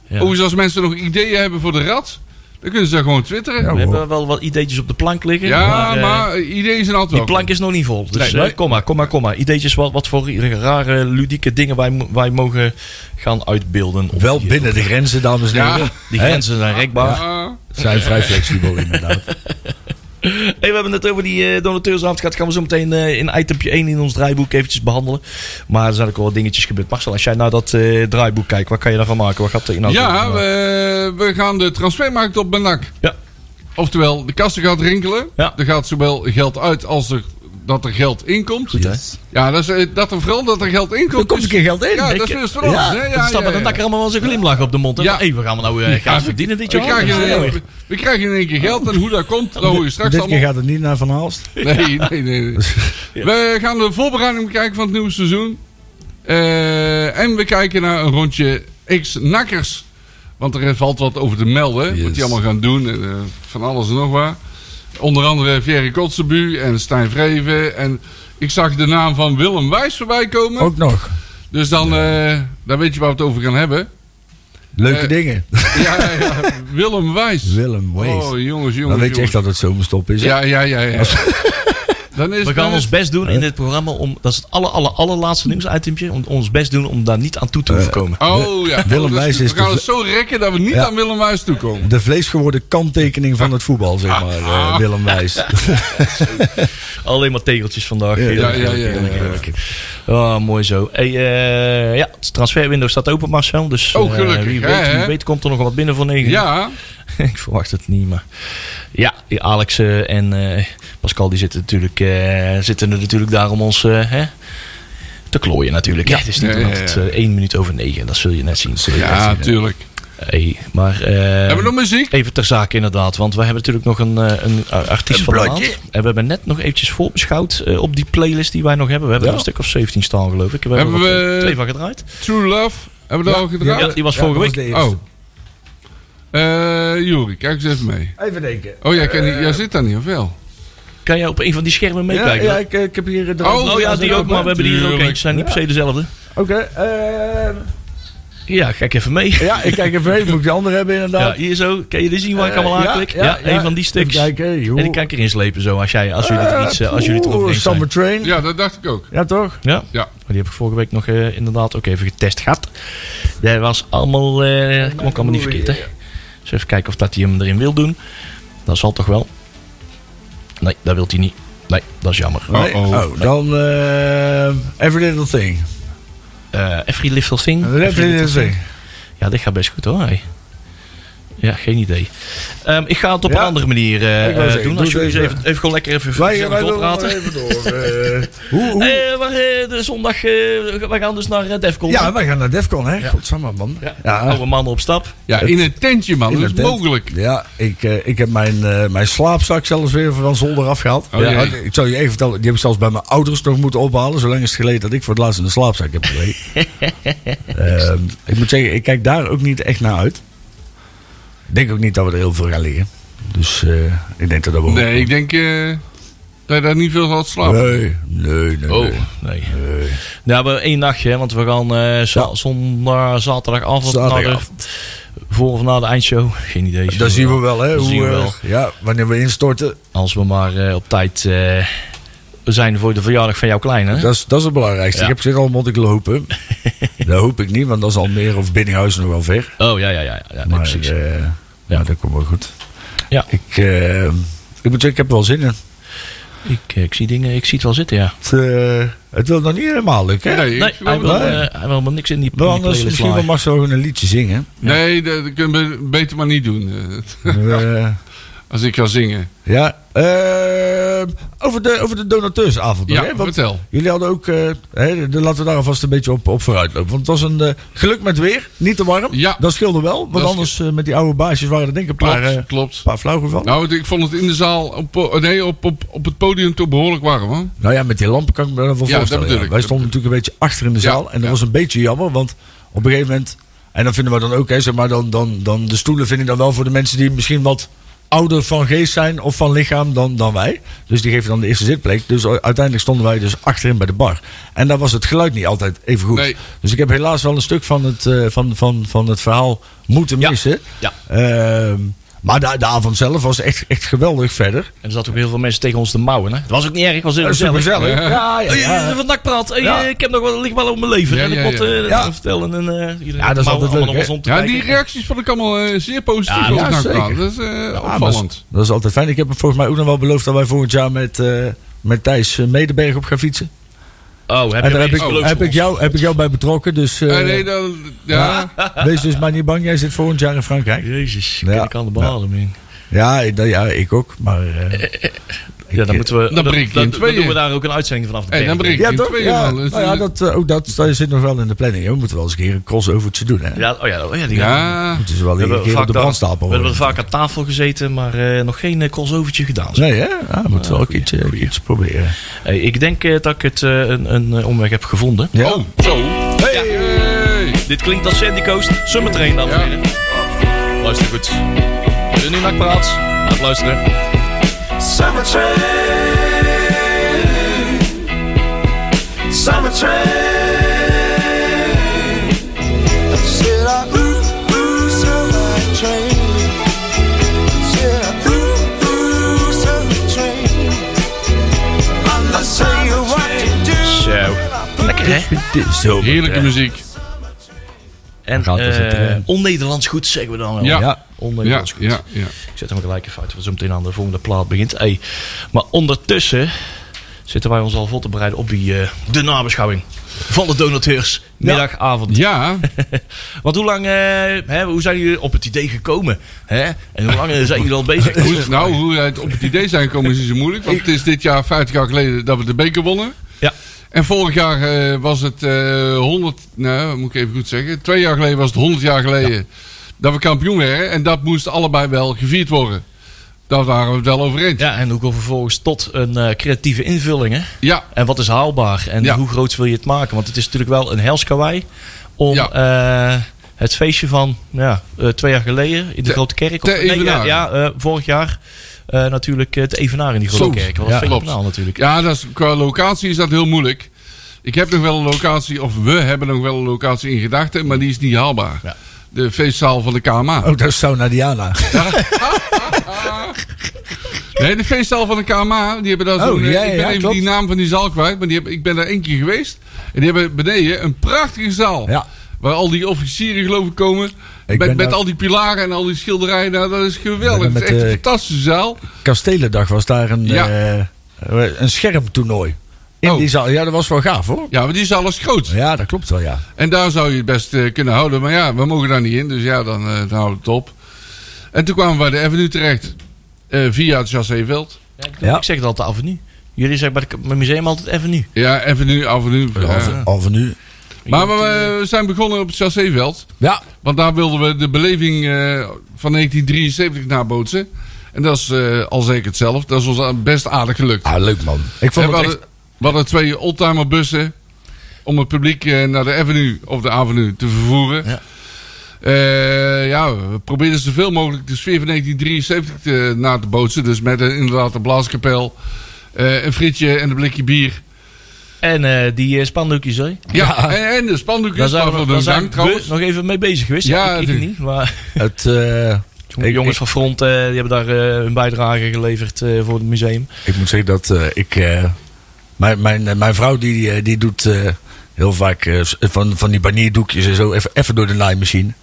[SPEAKER 2] Ja.
[SPEAKER 4] Overigens, als mensen nog ideeën hebben voor de rat, dan kunnen ze daar gewoon twitteren.
[SPEAKER 3] Ja,
[SPEAKER 4] Ja,
[SPEAKER 2] We
[SPEAKER 3] hoor.
[SPEAKER 2] hebben wel wat ideetjes op de plank liggen.
[SPEAKER 4] Oh. maar,
[SPEAKER 2] eh,
[SPEAKER 4] eh, ideeën zijn altijd
[SPEAKER 2] die
[SPEAKER 4] welkom.
[SPEAKER 2] plank is nog niet vol. Dus eh,
[SPEAKER 4] Nee, nee.
[SPEAKER 2] kom maar, kom maar, kom maar. Ideetjes wat, wat voor rare, ludieke dingen wij, mo- wij mogen gaan uitbeelden. op
[SPEAKER 3] Wel
[SPEAKER 2] die-
[SPEAKER 3] binnen de grenzen, dames en heren.
[SPEAKER 4] Ja.
[SPEAKER 2] Die
[SPEAKER 3] Hè?
[SPEAKER 2] grenzen zijn rekbaar.
[SPEAKER 4] Ja.
[SPEAKER 3] Zijn vrij flexibel inderdaad.
[SPEAKER 2] Hey, we hebben het over die eh, donateursavond gehad. Gaan we zo meteen eh, in itemje 1 in ons draaiboek eventjes behandelen. Maar er zijn ook wel wat dingetjes gebeurd. Marcel, als jij naar dat eh, draaiboek kijkt, wat kan je daarvan maken? Wat gaat de inhoud
[SPEAKER 4] Ja,
[SPEAKER 2] worden?
[SPEAKER 4] we, we gaan de transfermarkt op benak.
[SPEAKER 2] Ja.
[SPEAKER 4] Oftewel, de kasten gaat rinkelen.
[SPEAKER 2] Ja.
[SPEAKER 4] Er gaat zowel geld uit als er, dat er geld inkomt.
[SPEAKER 2] Goed, hè?
[SPEAKER 4] Ja, dat, is, eh, dat er vooral dat er geld inkomt.
[SPEAKER 3] Er komt een
[SPEAKER 4] is-
[SPEAKER 3] keer geld in.
[SPEAKER 4] Ja,
[SPEAKER 3] Ik-
[SPEAKER 4] dat is dus vooral.
[SPEAKER 3] Ja,
[SPEAKER 4] hè? Ja,
[SPEAKER 2] Het staat
[SPEAKER 4] ja,
[SPEAKER 2] met een
[SPEAKER 4] ja.
[SPEAKER 2] nakker allemaal wel zo'n glimlach op de mond. Ja.
[SPEAKER 4] Ja.
[SPEAKER 2] Hey, we gaan nou eh gaan verdienen dit
[SPEAKER 4] We
[SPEAKER 2] jaar.
[SPEAKER 4] krijgen,
[SPEAKER 2] Ja,
[SPEAKER 4] in-
[SPEAKER 2] joh.
[SPEAKER 4] we krijgen in één keer geld en hoe dat komt, dat hoor je straks
[SPEAKER 3] Dit keer
[SPEAKER 4] allemaal.
[SPEAKER 3] gaat het niet naar Van Haalst.
[SPEAKER 4] Nee, nee, nee. nee. We gaan de voorbereiding bekijken van het nieuwe seizoen. Eh, en we kijken naar een rondje X-nakkers. Want er valt wat over te melden. Wat die allemaal gaan doen. en, eh, van alles en nog wat. Onder andere Thierry Kotzebu en Stijn Vreven. En ik zag de naam van Willem Wijs voorbij komen.
[SPEAKER 3] Ook nog.
[SPEAKER 4] Dus dan, eh, dan weet je waar we het over gaan hebben.
[SPEAKER 3] Leuke
[SPEAKER 4] Eh,
[SPEAKER 3] dingen.
[SPEAKER 4] Ja, ja, ja. Willem Wijs.
[SPEAKER 3] Willem Wees.
[SPEAKER 4] Oh, jongens, jongens.
[SPEAKER 3] dan weet je echt
[SPEAKER 4] jongens.
[SPEAKER 3] dat het zomerstop is. hè?
[SPEAKER 4] Ja, ja, ja. ja. Dan is
[SPEAKER 2] We
[SPEAKER 4] dan
[SPEAKER 2] gaan
[SPEAKER 4] is-
[SPEAKER 2] ons best doen in dit programma om, dat is het aller, aller, allerlaatste nieuwsitempje, om ons best doen om daar niet aan toe te hoeven komen.
[SPEAKER 4] Oh ja,
[SPEAKER 3] Willem
[SPEAKER 4] Oh, dus
[SPEAKER 3] Wijs is
[SPEAKER 4] We gaan
[SPEAKER 3] de-
[SPEAKER 4] het zo rekken dat we niet
[SPEAKER 3] Ja.
[SPEAKER 4] aan Willem Wijs toekomen.
[SPEAKER 3] De vleesgeworden kanttekening van het voetbal,
[SPEAKER 2] Ah.
[SPEAKER 3] zeg maar, eh, Willem Wijs.
[SPEAKER 2] Alleen maar tegeltjes vandaag.
[SPEAKER 3] Ja,
[SPEAKER 2] Heerlijk,
[SPEAKER 4] ja, ja,
[SPEAKER 2] heerlijk,
[SPEAKER 4] ja,
[SPEAKER 2] heerlijk, heerlijk. Oh, mooi zo. Hey, eh, ja, het transferwindow staat open, Marcel. Dus
[SPEAKER 4] Oh,
[SPEAKER 2] eh,
[SPEAKER 4] gelukkig,
[SPEAKER 2] wie,
[SPEAKER 4] hè,
[SPEAKER 2] weet, wie
[SPEAKER 4] hè?
[SPEAKER 2] weet komt er nog wat binnen voor negen.
[SPEAKER 4] Ja,
[SPEAKER 2] Ik verwacht het niet, maar... Ja, die Alex eh, en eh, Pascal die zitten, natuurlijk, eh, zitten er natuurlijk daar om ons eh, hè, te klooien natuurlijk. Ja, het is niet
[SPEAKER 4] Ja, ja,
[SPEAKER 2] omdat het
[SPEAKER 4] ja.
[SPEAKER 2] eh, één minuut over negen, dat zul je net zien.
[SPEAKER 4] ja, tuurlijk.
[SPEAKER 2] Hey, maar... eh,
[SPEAKER 4] Hebben we nog muziek?
[SPEAKER 2] Even ter zake inderdaad, want we hebben natuurlijk nog een, eh, een eh, artiest van de maand. En we hebben net nog eventjes voorbeschouwd eh, op die playlist die wij nog hebben. We hebben
[SPEAKER 3] Ja.
[SPEAKER 2] er een stuk of 17 staan geloof ik. We hebben,
[SPEAKER 4] Hebben
[SPEAKER 2] er wat,
[SPEAKER 4] we-
[SPEAKER 2] eh, twee van gedraaid.
[SPEAKER 4] True Love. Hebben we daar al
[SPEAKER 2] Ja,
[SPEAKER 4] gedraaid?
[SPEAKER 2] die was
[SPEAKER 3] Ja,
[SPEAKER 2] vorige
[SPEAKER 3] dat
[SPEAKER 2] week.
[SPEAKER 3] de eerste.
[SPEAKER 4] Oh. Eh Juri, kijk eens even mee.
[SPEAKER 3] Even denken.
[SPEAKER 4] Oh, jij, kan niet, jij zit daar niet, of wel?
[SPEAKER 2] Kan jij op een van die schermen
[SPEAKER 3] Ja,
[SPEAKER 2] meekijken?
[SPEAKER 3] ja ik, eh, ik heb hier... eh, de-
[SPEAKER 4] Oh,
[SPEAKER 2] Oh ja,
[SPEAKER 4] Ja,
[SPEAKER 2] die
[SPEAKER 4] zo
[SPEAKER 2] ook, maar we hebben die hier ook
[SPEAKER 4] Tuurlijk.
[SPEAKER 2] eentje. Ze zijn niet per se dezelfde.
[SPEAKER 3] Oké. eh,
[SPEAKER 2] Ja, kijk even mee.
[SPEAKER 3] ja, ik kijk even mee. Moet ik die andere hebben,
[SPEAKER 2] Ja,
[SPEAKER 3] inderdaad?
[SPEAKER 2] hier zo. Kan je dit zien waar ik
[SPEAKER 3] Eh,
[SPEAKER 2] allemaal
[SPEAKER 3] ja,
[SPEAKER 2] aanklik? Ja,
[SPEAKER 3] ja, ja.
[SPEAKER 2] een van die
[SPEAKER 3] Even
[SPEAKER 2] stuks.
[SPEAKER 3] kijken, hey, joh.
[SPEAKER 2] En ik kan ik erin slepen zo, als, jij, als jullie er iets, eh, als jullie het
[SPEAKER 3] Oeh,
[SPEAKER 2] erover eens zijn.
[SPEAKER 3] Summer Train. Ja,
[SPEAKER 4] Ja, dat dacht ik ook.
[SPEAKER 3] toch?
[SPEAKER 4] Ja.
[SPEAKER 2] Maar die heb ik vorige week nog eh, inderdaad ook even getest gehad. Dat was allemaal, eh kom ook allemaal niet verkeerd, hè? Dus even kijken of dat hij hem erin wil doen. Dat zal toch wel? Nee, dat wil hij niet. Nee, dat is jammer.
[SPEAKER 4] Oh,
[SPEAKER 3] Nee.
[SPEAKER 4] oh.
[SPEAKER 3] Oh, dan eh, Every Little Thing.
[SPEAKER 2] Eh every Little Thing.
[SPEAKER 3] Every Little Thing.
[SPEAKER 2] Ja, dit gaat best goed hoor. hey. Ja, geen idee. Ehm, ik ga het op
[SPEAKER 3] Ja.
[SPEAKER 2] een andere manier eh,
[SPEAKER 3] Ik wou
[SPEAKER 2] eh,
[SPEAKER 3] zeggen,
[SPEAKER 2] doen.
[SPEAKER 3] doe
[SPEAKER 2] Als jullie
[SPEAKER 3] het
[SPEAKER 2] eens
[SPEAKER 3] even.
[SPEAKER 2] even, even gewoon lekker even
[SPEAKER 3] Wij, wij
[SPEAKER 2] gezellig
[SPEAKER 3] willen nog
[SPEAKER 2] doorpraten.
[SPEAKER 3] even door. eh, hoe, hoe?
[SPEAKER 2] Eh, maar eh, de zondag, eh, wij gaan dus naar eh, Defcon.
[SPEAKER 3] ja, wij gaan naar Defcon, hè? Godsamme, man.
[SPEAKER 2] Ja. Oh,
[SPEAKER 3] Ja,
[SPEAKER 2] Oude mannen op stap.
[SPEAKER 4] Ja, in een tentje, man.
[SPEAKER 3] In
[SPEAKER 4] Dat is
[SPEAKER 3] een tent.
[SPEAKER 4] mogelijk.
[SPEAKER 3] Ja, ik, eh, ik heb mijn, eh, mijn slaapzak zelfs weer van zolder afgehaald.
[SPEAKER 4] Oh,
[SPEAKER 3] ja,
[SPEAKER 4] jee.
[SPEAKER 3] ik zal je even vertellen, die heb ik zelfs bij mijn ouders nog moeten ophalen. Zolang is het geleden dat ik voor het laatst in de slaapzak heb gelegen. Ehm, ik moet zeggen, ik kijk daar ook niet echt naar uit. Ik denk ook niet dat we er heel veel gaan liggen. Dus eh, ik denk dat dat wel...
[SPEAKER 4] Nee, ik denk eh, dat je daar niet veel gaat slapen.
[SPEAKER 3] Nee, nee, nee. nee.
[SPEAKER 2] nee. Nou, we hebben één nachtje, hè, want we gaan eh, za-
[SPEAKER 3] Ja.
[SPEAKER 2] zondag, zaterdagavond naar de,
[SPEAKER 3] Zaterdagavond.
[SPEAKER 2] voor of na de eindshow. Geen idee.
[SPEAKER 3] Dat zien we wel, hè?
[SPEAKER 2] Dat
[SPEAKER 3] Hoe,
[SPEAKER 2] zien we
[SPEAKER 3] eh,
[SPEAKER 2] wel.
[SPEAKER 3] Ja, wanneer we instorten,
[SPEAKER 2] Als we maar eh, op tijd eh, zijn voor de verjaardag van jouw kleine.
[SPEAKER 3] dat is, dat is het belangrijkste.
[SPEAKER 2] Ja.
[SPEAKER 3] Ik heb zin al moet ik lopen. dat hoop ik niet, want dat is Almere of Binnenhuis nog wel ver.
[SPEAKER 2] Oh, ja, ja, ja. ja, ja nee,
[SPEAKER 3] Maar,
[SPEAKER 2] precies.
[SPEAKER 3] eh, ja, dat komt wel goed.
[SPEAKER 2] Ja.
[SPEAKER 3] Ik, eh, ik moet zeggen, ik heb er wel zin in.
[SPEAKER 2] Ik, eh, ik zie dingen, ik zie het wel zitten, ja.
[SPEAKER 3] Het, eh, het wil nog niet helemaal lukken. hè?
[SPEAKER 4] Nee,
[SPEAKER 2] Nee,
[SPEAKER 4] ik-
[SPEAKER 2] hij wil,
[SPEAKER 3] wel,
[SPEAKER 2] eh, hij wil maar niks in die, in
[SPEAKER 3] Wel
[SPEAKER 2] die
[SPEAKER 3] anders,
[SPEAKER 2] playlist
[SPEAKER 3] misschien wel
[SPEAKER 2] laaien.
[SPEAKER 3] Marcel gewoon een liedje zingen.
[SPEAKER 4] nee dat, dat kunnen we beter maar niet doen. eh,
[SPEAKER 3] Eh,
[SPEAKER 4] als ik ga zingen.
[SPEAKER 3] ja. eh, over, de, over de donateursavond. nog,
[SPEAKER 4] Ja,
[SPEAKER 3] hè? Want
[SPEAKER 4] vertel.
[SPEAKER 3] Jullie hadden ook, eh, hè, de, laten we daar alvast een beetje op, op vooruit lopen. Want het was een eh, geluk met weer, niet te warm.
[SPEAKER 4] Ja.
[SPEAKER 3] Dat scheelde wel, want
[SPEAKER 4] Dat is-
[SPEAKER 3] anders eh, met die oude baasjes waren er denk ik een paar,
[SPEAKER 4] Klopt,
[SPEAKER 3] eh,
[SPEAKER 4] klopt.
[SPEAKER 3] paar flauw gevallen.
[SPEAKER 4] Nou, het- ik vond het in de zaal, op, eh, nee, op, op, op het podium toch behoorlijk warm, hoor.
[SPEAKER 3] Nou ja, met die lampen kan ik me wel voor
[SPEAKER 4] Ja, dat
[SPEAKER 3] voorstellen.
[SPEAKER 4] bedoel
[SPEAKER 3] ja.
[SPEAKER 4] ik.
[SPEAKER 3] Wij
[SPEAKER 4] Dat
[SPEAKER 3] stonden natuurlijk een beetje achter in de
[SPEAKER 4] Ja,
[SPEAKER 3] zaal. En dat
[SPEAKER 4] ja.
[SPEAKER 3] was een beetje jammer, want op een gegeven moment... En dat vinden we dan ook, hè, zeg maar, dan, dan, dan de stoelen vind ik dan wel voor de mensen die misschien wat ouder van geest zijn of van lichaam dan, dan wij. Dus die geven dan de eerste zitplek. Dus uiteindelijk stonden wij dus achterin bij de bar. En daar was het geluid niet altijd even goed.
[SPEAKER 4] Nee.
[SPEAKER 3] Dus ik heb helaas wel een stuk van het, eh, van, van, van het verhaal moeten
[SPEAKER 2] Ja.
[SPEAKER 3] missen.
[SPEAKER 2] Ja.
[SPEAKER 3] Ehm, maar de, de avond zelf was echt, echt geweldig verder.
[SPEAKER 2] En er zaten ook heel veel mensen tegen ons te mouwen. Hè? Het was ook niet erg, het was heel
[SPEAKER 3] Super
[SPEAKER 2] gezellig.
[SPEAKER 3] gezellig.
[SPEAKER 4] Ja. Oh,
[SPEAKER 3] Ja, ja,
[SPEAKER 2] Hey,
[SPEAKER 3] ja.
[SPEAKER 2] eh, Van Dak praat. Hey,
[SPEAKER 3] Ja.
[SPEAKER 2] eh, Ik heb nog wel, ligt wel op mijn leven.
[SPEAKER 4] Ja,
[SPEAKER 2] en ik
[SPEAKER 4] ja,
[SPEAKER 2] moet
[SPEAKER 4] ja.
[SPEAKER 2] eh,
[SPEAKER 3] Ja.
[SPEAKER 2] vertellen. En, eh, iedereen
[SPEAKER 3] Ja, dat is
[SPEAKER 2] mouwen,
[SPEAKER 3] altijd
[SPEAKER 2] allemaal
[SPEAKER 3] leuk,
[SPEAKER 2] om
[SPEAKER 3] hè?
[SPEAKER 2] ons om te
[SPEAKER 4] Ja,
[SPEAKER 2] kijken.
[SPEAKER 4] die reacties vond ik allemaal eh, zeer positief.
[SPEAKER 2] Ja,
[SPEAKER 4] ook
[SPEAKER 3] ja,
[SPEAKER 4] naar
[SPEAKER 3] zeker.
[SPEAKER 4] elkaar. Dat is eh,
[SPEAKER 3] Ja, Ah, maar
[SPEAKER 4] opvallend.
[SPEAKER 3] Dat is altijd fijn. Ik heb hem volgens mij ook nog wel beloofd dat wij volgend jaar met, eh, met Thijs eh, Medeberg op gaan fietsen.
[SPEAKER 2] Oh,
[SPEAKER 3] en
[SPEAKER 2] heb je
[SPEAKER 3] daar heb
[SPEAKER 2] weer
[SPEAKER 3] ik,
[SPEAKER 2] iets
[SPEAKER 4] beloofd
[SPEAKER 3] heb,
[SPEAKER 2] voor
[SPEAKER 3] ik jou, heb ik jou bij betrokken. Dus eh,
[SPEAKER 4] Eh, nee, dan, ja.
[SPEAKER 3] wees dus maar niet bang. Jij zit volgend jaar in Frankrijk.
[SPEAKER 2] Jezus,
[SPEAKER 3] Ja.
[SPEAKER 2] ja. ik aan de beademing.
[SPEAKER 3] Ja, ik- nou ja ik ook. Maar, eh,
[SPEAKER 2] Ja, eh, dan moeten we.
[SPEAKER 4] Dan breek je in
[SPEAKER 2] dan doen we
[SPEAKER 4] tweeën.
[SPEAKER 2] daar ook een uitzending vanaf.
[SPEAKER 4] Hey, dan breek
[SPEAKER 3] ja,
[SPEAKER 4] in
[SPEAKER 3] toch?
[SPEAKER 4] tweeën,
[SPEAKER 3] Ja,
[SPEAKER 4] man.
[SPEAKER 3] nou ja, dat, eh, ook dat, dat zit nog wel in de planning. hè. We moeten wel eens een keer een crossovertje doen. Hè?
[SPEAKER 2] Ja, oh ja, oh ja, die gaan-
[SPEAKER 4] ja.
[SPEAKER 3] Het is wel
[SPEAKER 2] We
[SPEAKER 3] een
[SPEAKER 2] hebben,
[SPEAKER 3] keer op
[SPEAKER 2] vaak
[SPEAKER 3] de
[SPEAKER 2] daar-
[SPEAKER 3] brandstapel.
[SPEAKER 2] we hebben
[SPEAKER 3] hoor.
[SPEAKER 2] vaak aan tafel gezeten, maar eh, nog geen eh, crossovertje gedaan.
[SPEAKER 3] Nee, hè? Ja, we moeten wel een keertje, iets proberen.
[SPEAKER 2] Hey, ik denk eh, dat ik het eh, een, een eh, omweg heb gevonden.
[SPEAKER 3] Ja.
[SPEAKER 4] Oh, zo. Hey.
[SPEAKER 2] Dit klinkt als Sandy Coast, Summer Train dan.
[SPEAKER 4] Ja.
[SPEAKER 2] weer. Luister goed. De nu nakpraat. Laat luisteren.
[SPEAKER 5] Summer train. Summer train. Said I ooh ooh summer train. Said I ooh ooh summer train. I'm not saying what to do.
[SPEAKER 2] Zo. Lekker hè?
[SPEAKER 3] Zo.
[SPEAKER 4] Heerlijke muziek.
[SPEAKER 2] En
[SPEAKER 3] gaat als een
[SPEAKER 2] eh,
[SPEAKER 3] trein.
[SPEAKER 2] on-Nederlands goed zeggen we dan wel.
[SPEAKER 4] Ja.
[SPEAKER 3] Ja.
[SPEAKER 4] Ja,
[SPEAKER 2] On-Nederlands goed.
[SPEAKER 4] ja, ja.
[SPEAKER 2] Ik zet hem gelijk even uit, want zo meteen aan de volgende plaat begint. Hey. Maar ondertussen zitten wij ons al voor te bereiden op die, eh, de nabeschouwing van de donateurs. Middag, avond.
[SPEAKER 4] Ja,
[SPEAKER 2] Want hoe lang, eh, hè, hoe zijn jullie op het idee gekomen? Hè? En hoe lang eh, zijn jullie al bezig?
[SPEAKER 4] hoe, is- nou, hoe wij het op het idee zijn gekomen is niet zo moeilijk. Want het is dit jaar 50 jaar geleden dat we de beker wonnen.
[SPEAKER 2] Ja.
[SPEAKER 4] En vorig jaar eh, was het eh 100, nou moet ik even goed zeggen. Twee jaar geleden was het 100 jaar geleden dat we kampioen werden. En dat moest allebei wel gevierd worden. Daar waren we het wel over eens.
[SPEAKER 2] ja, en hoe komt vervolgens tot een eh, creatieve invulling? Hè?
[SPEAKER 4] Ja,
[SPEAKER 2] En wat is haalbaar? En
[SPEAKER 4] Ja.
[SPEAKER 2] hoe groot wil je het maken? Want het is natuurlijk wel een helskawaai om eh, het feestje van ja, eh, twee jaar geleden in de
[SPEAKER 4] Te-
[SPEAKER 2] Grote Kerk.
[SPEAKER 4] te
[SPEAKER 2] ja,
[SPEAKER 4] evenaren.
[SPEAKER 2] ja eh, vorig jaar eh, natuurlijk eh, te evenaren in die Grote
[SPEAKER 4] Zo,
[SPEAKER 2] Kerk. Dat
[SPEAKER 4] ja,
[SPEAKER 2] was fenomenaal
[SPEAKER 4] klopt.
[SPEAKER 2] natuurlijk.
[SPEAKER 4] Ja, dat is, qua locatie is dat heel moeilijk. Ik heb nog wel een locatie, of we hebben nog wel een locatie in gedachten, maar die is niet haalbaar.
[SPEAKER 2] Ja.
[SPEAKER 4] De feestzaal van de KMA.
[SPEAKER 3] Oh, dat is Sauna Diana.
[SPEAKER 4] Nee, de feestzaal van de KMA, die hebben daar
[SPEAKER 3] Oh,
[SPEAKER 4] zo'n... eh,
[SPEAKER 3] ja, ja,
[SPEAKER 4] ik ben
[SPEAKER 3] ja,
[SPEAKER 4] even
[SPEAKER 3] klopt.
[SPEAKER 4] die naam van die zaal kwijt, maar die heb, ik ben daar één keer geweest. En die hebben beneden een prachtige zaal.
[SPEAKER 3] Ja.
[SPEAKER 4] Waar al die officieren geloof ik komen.
[SPEAKER 3] Ik ben
[SPEAKER 4] met met
[SPEAKER 3] daar-
[SPEAKER 4] al die pilaren en al die schilderijen. Nou, dat is geweldig.
[SPEAKER 3] Ik ben
[SPEAKER 4] Het
[SPEAKER 3] met,
[SPEAKER 4] is echt een
[SPEAKER 3] eh,
[SPEAKER 4] fantastische zaal.
[SPEAKER 3] Kastelendag was daar een,
[SPEAKER 4] Ja.
[SPEAKER 3] eh, een schermtoernooi. In
[SPEAKER 4] Oh.
[SPEAKER 3] die zaal. Ja, dat was wel gaaf hoor.
[SPEAKER 4] Ja, maar die zaal is groot.
[SPEAKER 3] Ja, dat klopt wel, ja.
[SPEAKER 4] En daar zou je het best eh, kunnen houden. Maar ja, we mogen daar niet in. Dus ja, dan, eh, dan houden we het op. En toen kwamen we bij de Avenue terecht. eh, via het Chasséveld.
[SPEAKER 2] Ja, ik,
[SPEAKER 3] Ja.
[SPEAKER 2] ik zeg het altijd avenue. Jullie zeggen bij het k- mijn museum altijd avenue.
[SPEAKER 4] Ja, Avenue, Avenue. ja.
[SPEAKER 3] Al, al van nu.
[SPEAKER 4] Maar we, eh, we zijn begonnen op het Chasséveld.
[SPEAKER 3] Ja,
[SPEAKER 4] Want daar wilden we de beleving eh, van 1973 nabootsen. En dat is eh, al zeker hetzelfde. Dat is ons a- best aardig gelukt.
[SPEAKER 3] ah, leuk man. Ik vond
[SPEAKER 4] En we,
[SPEAKER 3] het
[SPEAKER 4] hadden,
[SPEAKER 3] echt...
[SPEAKER 4] we hadden twee oldtimer bussen om het publiek eh, naar de avenue of de avenue te vervoeren.
[SPEAKER 2] Ja.
[SPEAKER 4] Ja. ja, we probeerden zoveel mogelijk de sfeer van 1973 te- na te bootsen. Dus met een, inderdaad een blaaskapel, eh, een frietje en een blikje bier.
[SPEAKER 2] En eh, die eh, spandoekjes, hè?
[SPEAKER 4] Ja, en, en de spandoekjes
[SPEAKER 2] Daar zijn we,
[SPEAKER 4] waarvoor de
[SPEAKER 2] daar zijn
[SPEAKER 4] dank
[SPEAKER 2] we
[SPEAKER 4] trouwens.
[SPEAKER 2] nog even mee bezig geweest.
[SPEAKER 4] Ja,
[SPEAKER 2] Ja, ik, ik
[SPEAKER 4] natuurlijk.
[SPEAKER 2] niet. Maar
[SPEAKER 3] Het, eh,
[SPEAKER 2] de jongens van Front eh, die hebben daar eh, hun bijdrage geleverd eh, voor het museum.
[SPEAKER 3] ik moet zeggen dat eh, ik... eh, mijn, mijn, eh, mijn vrouw die, eh, die doet eh, heel vaak eh, van, van die banierdoekjes en zo even, even door de naaimachine.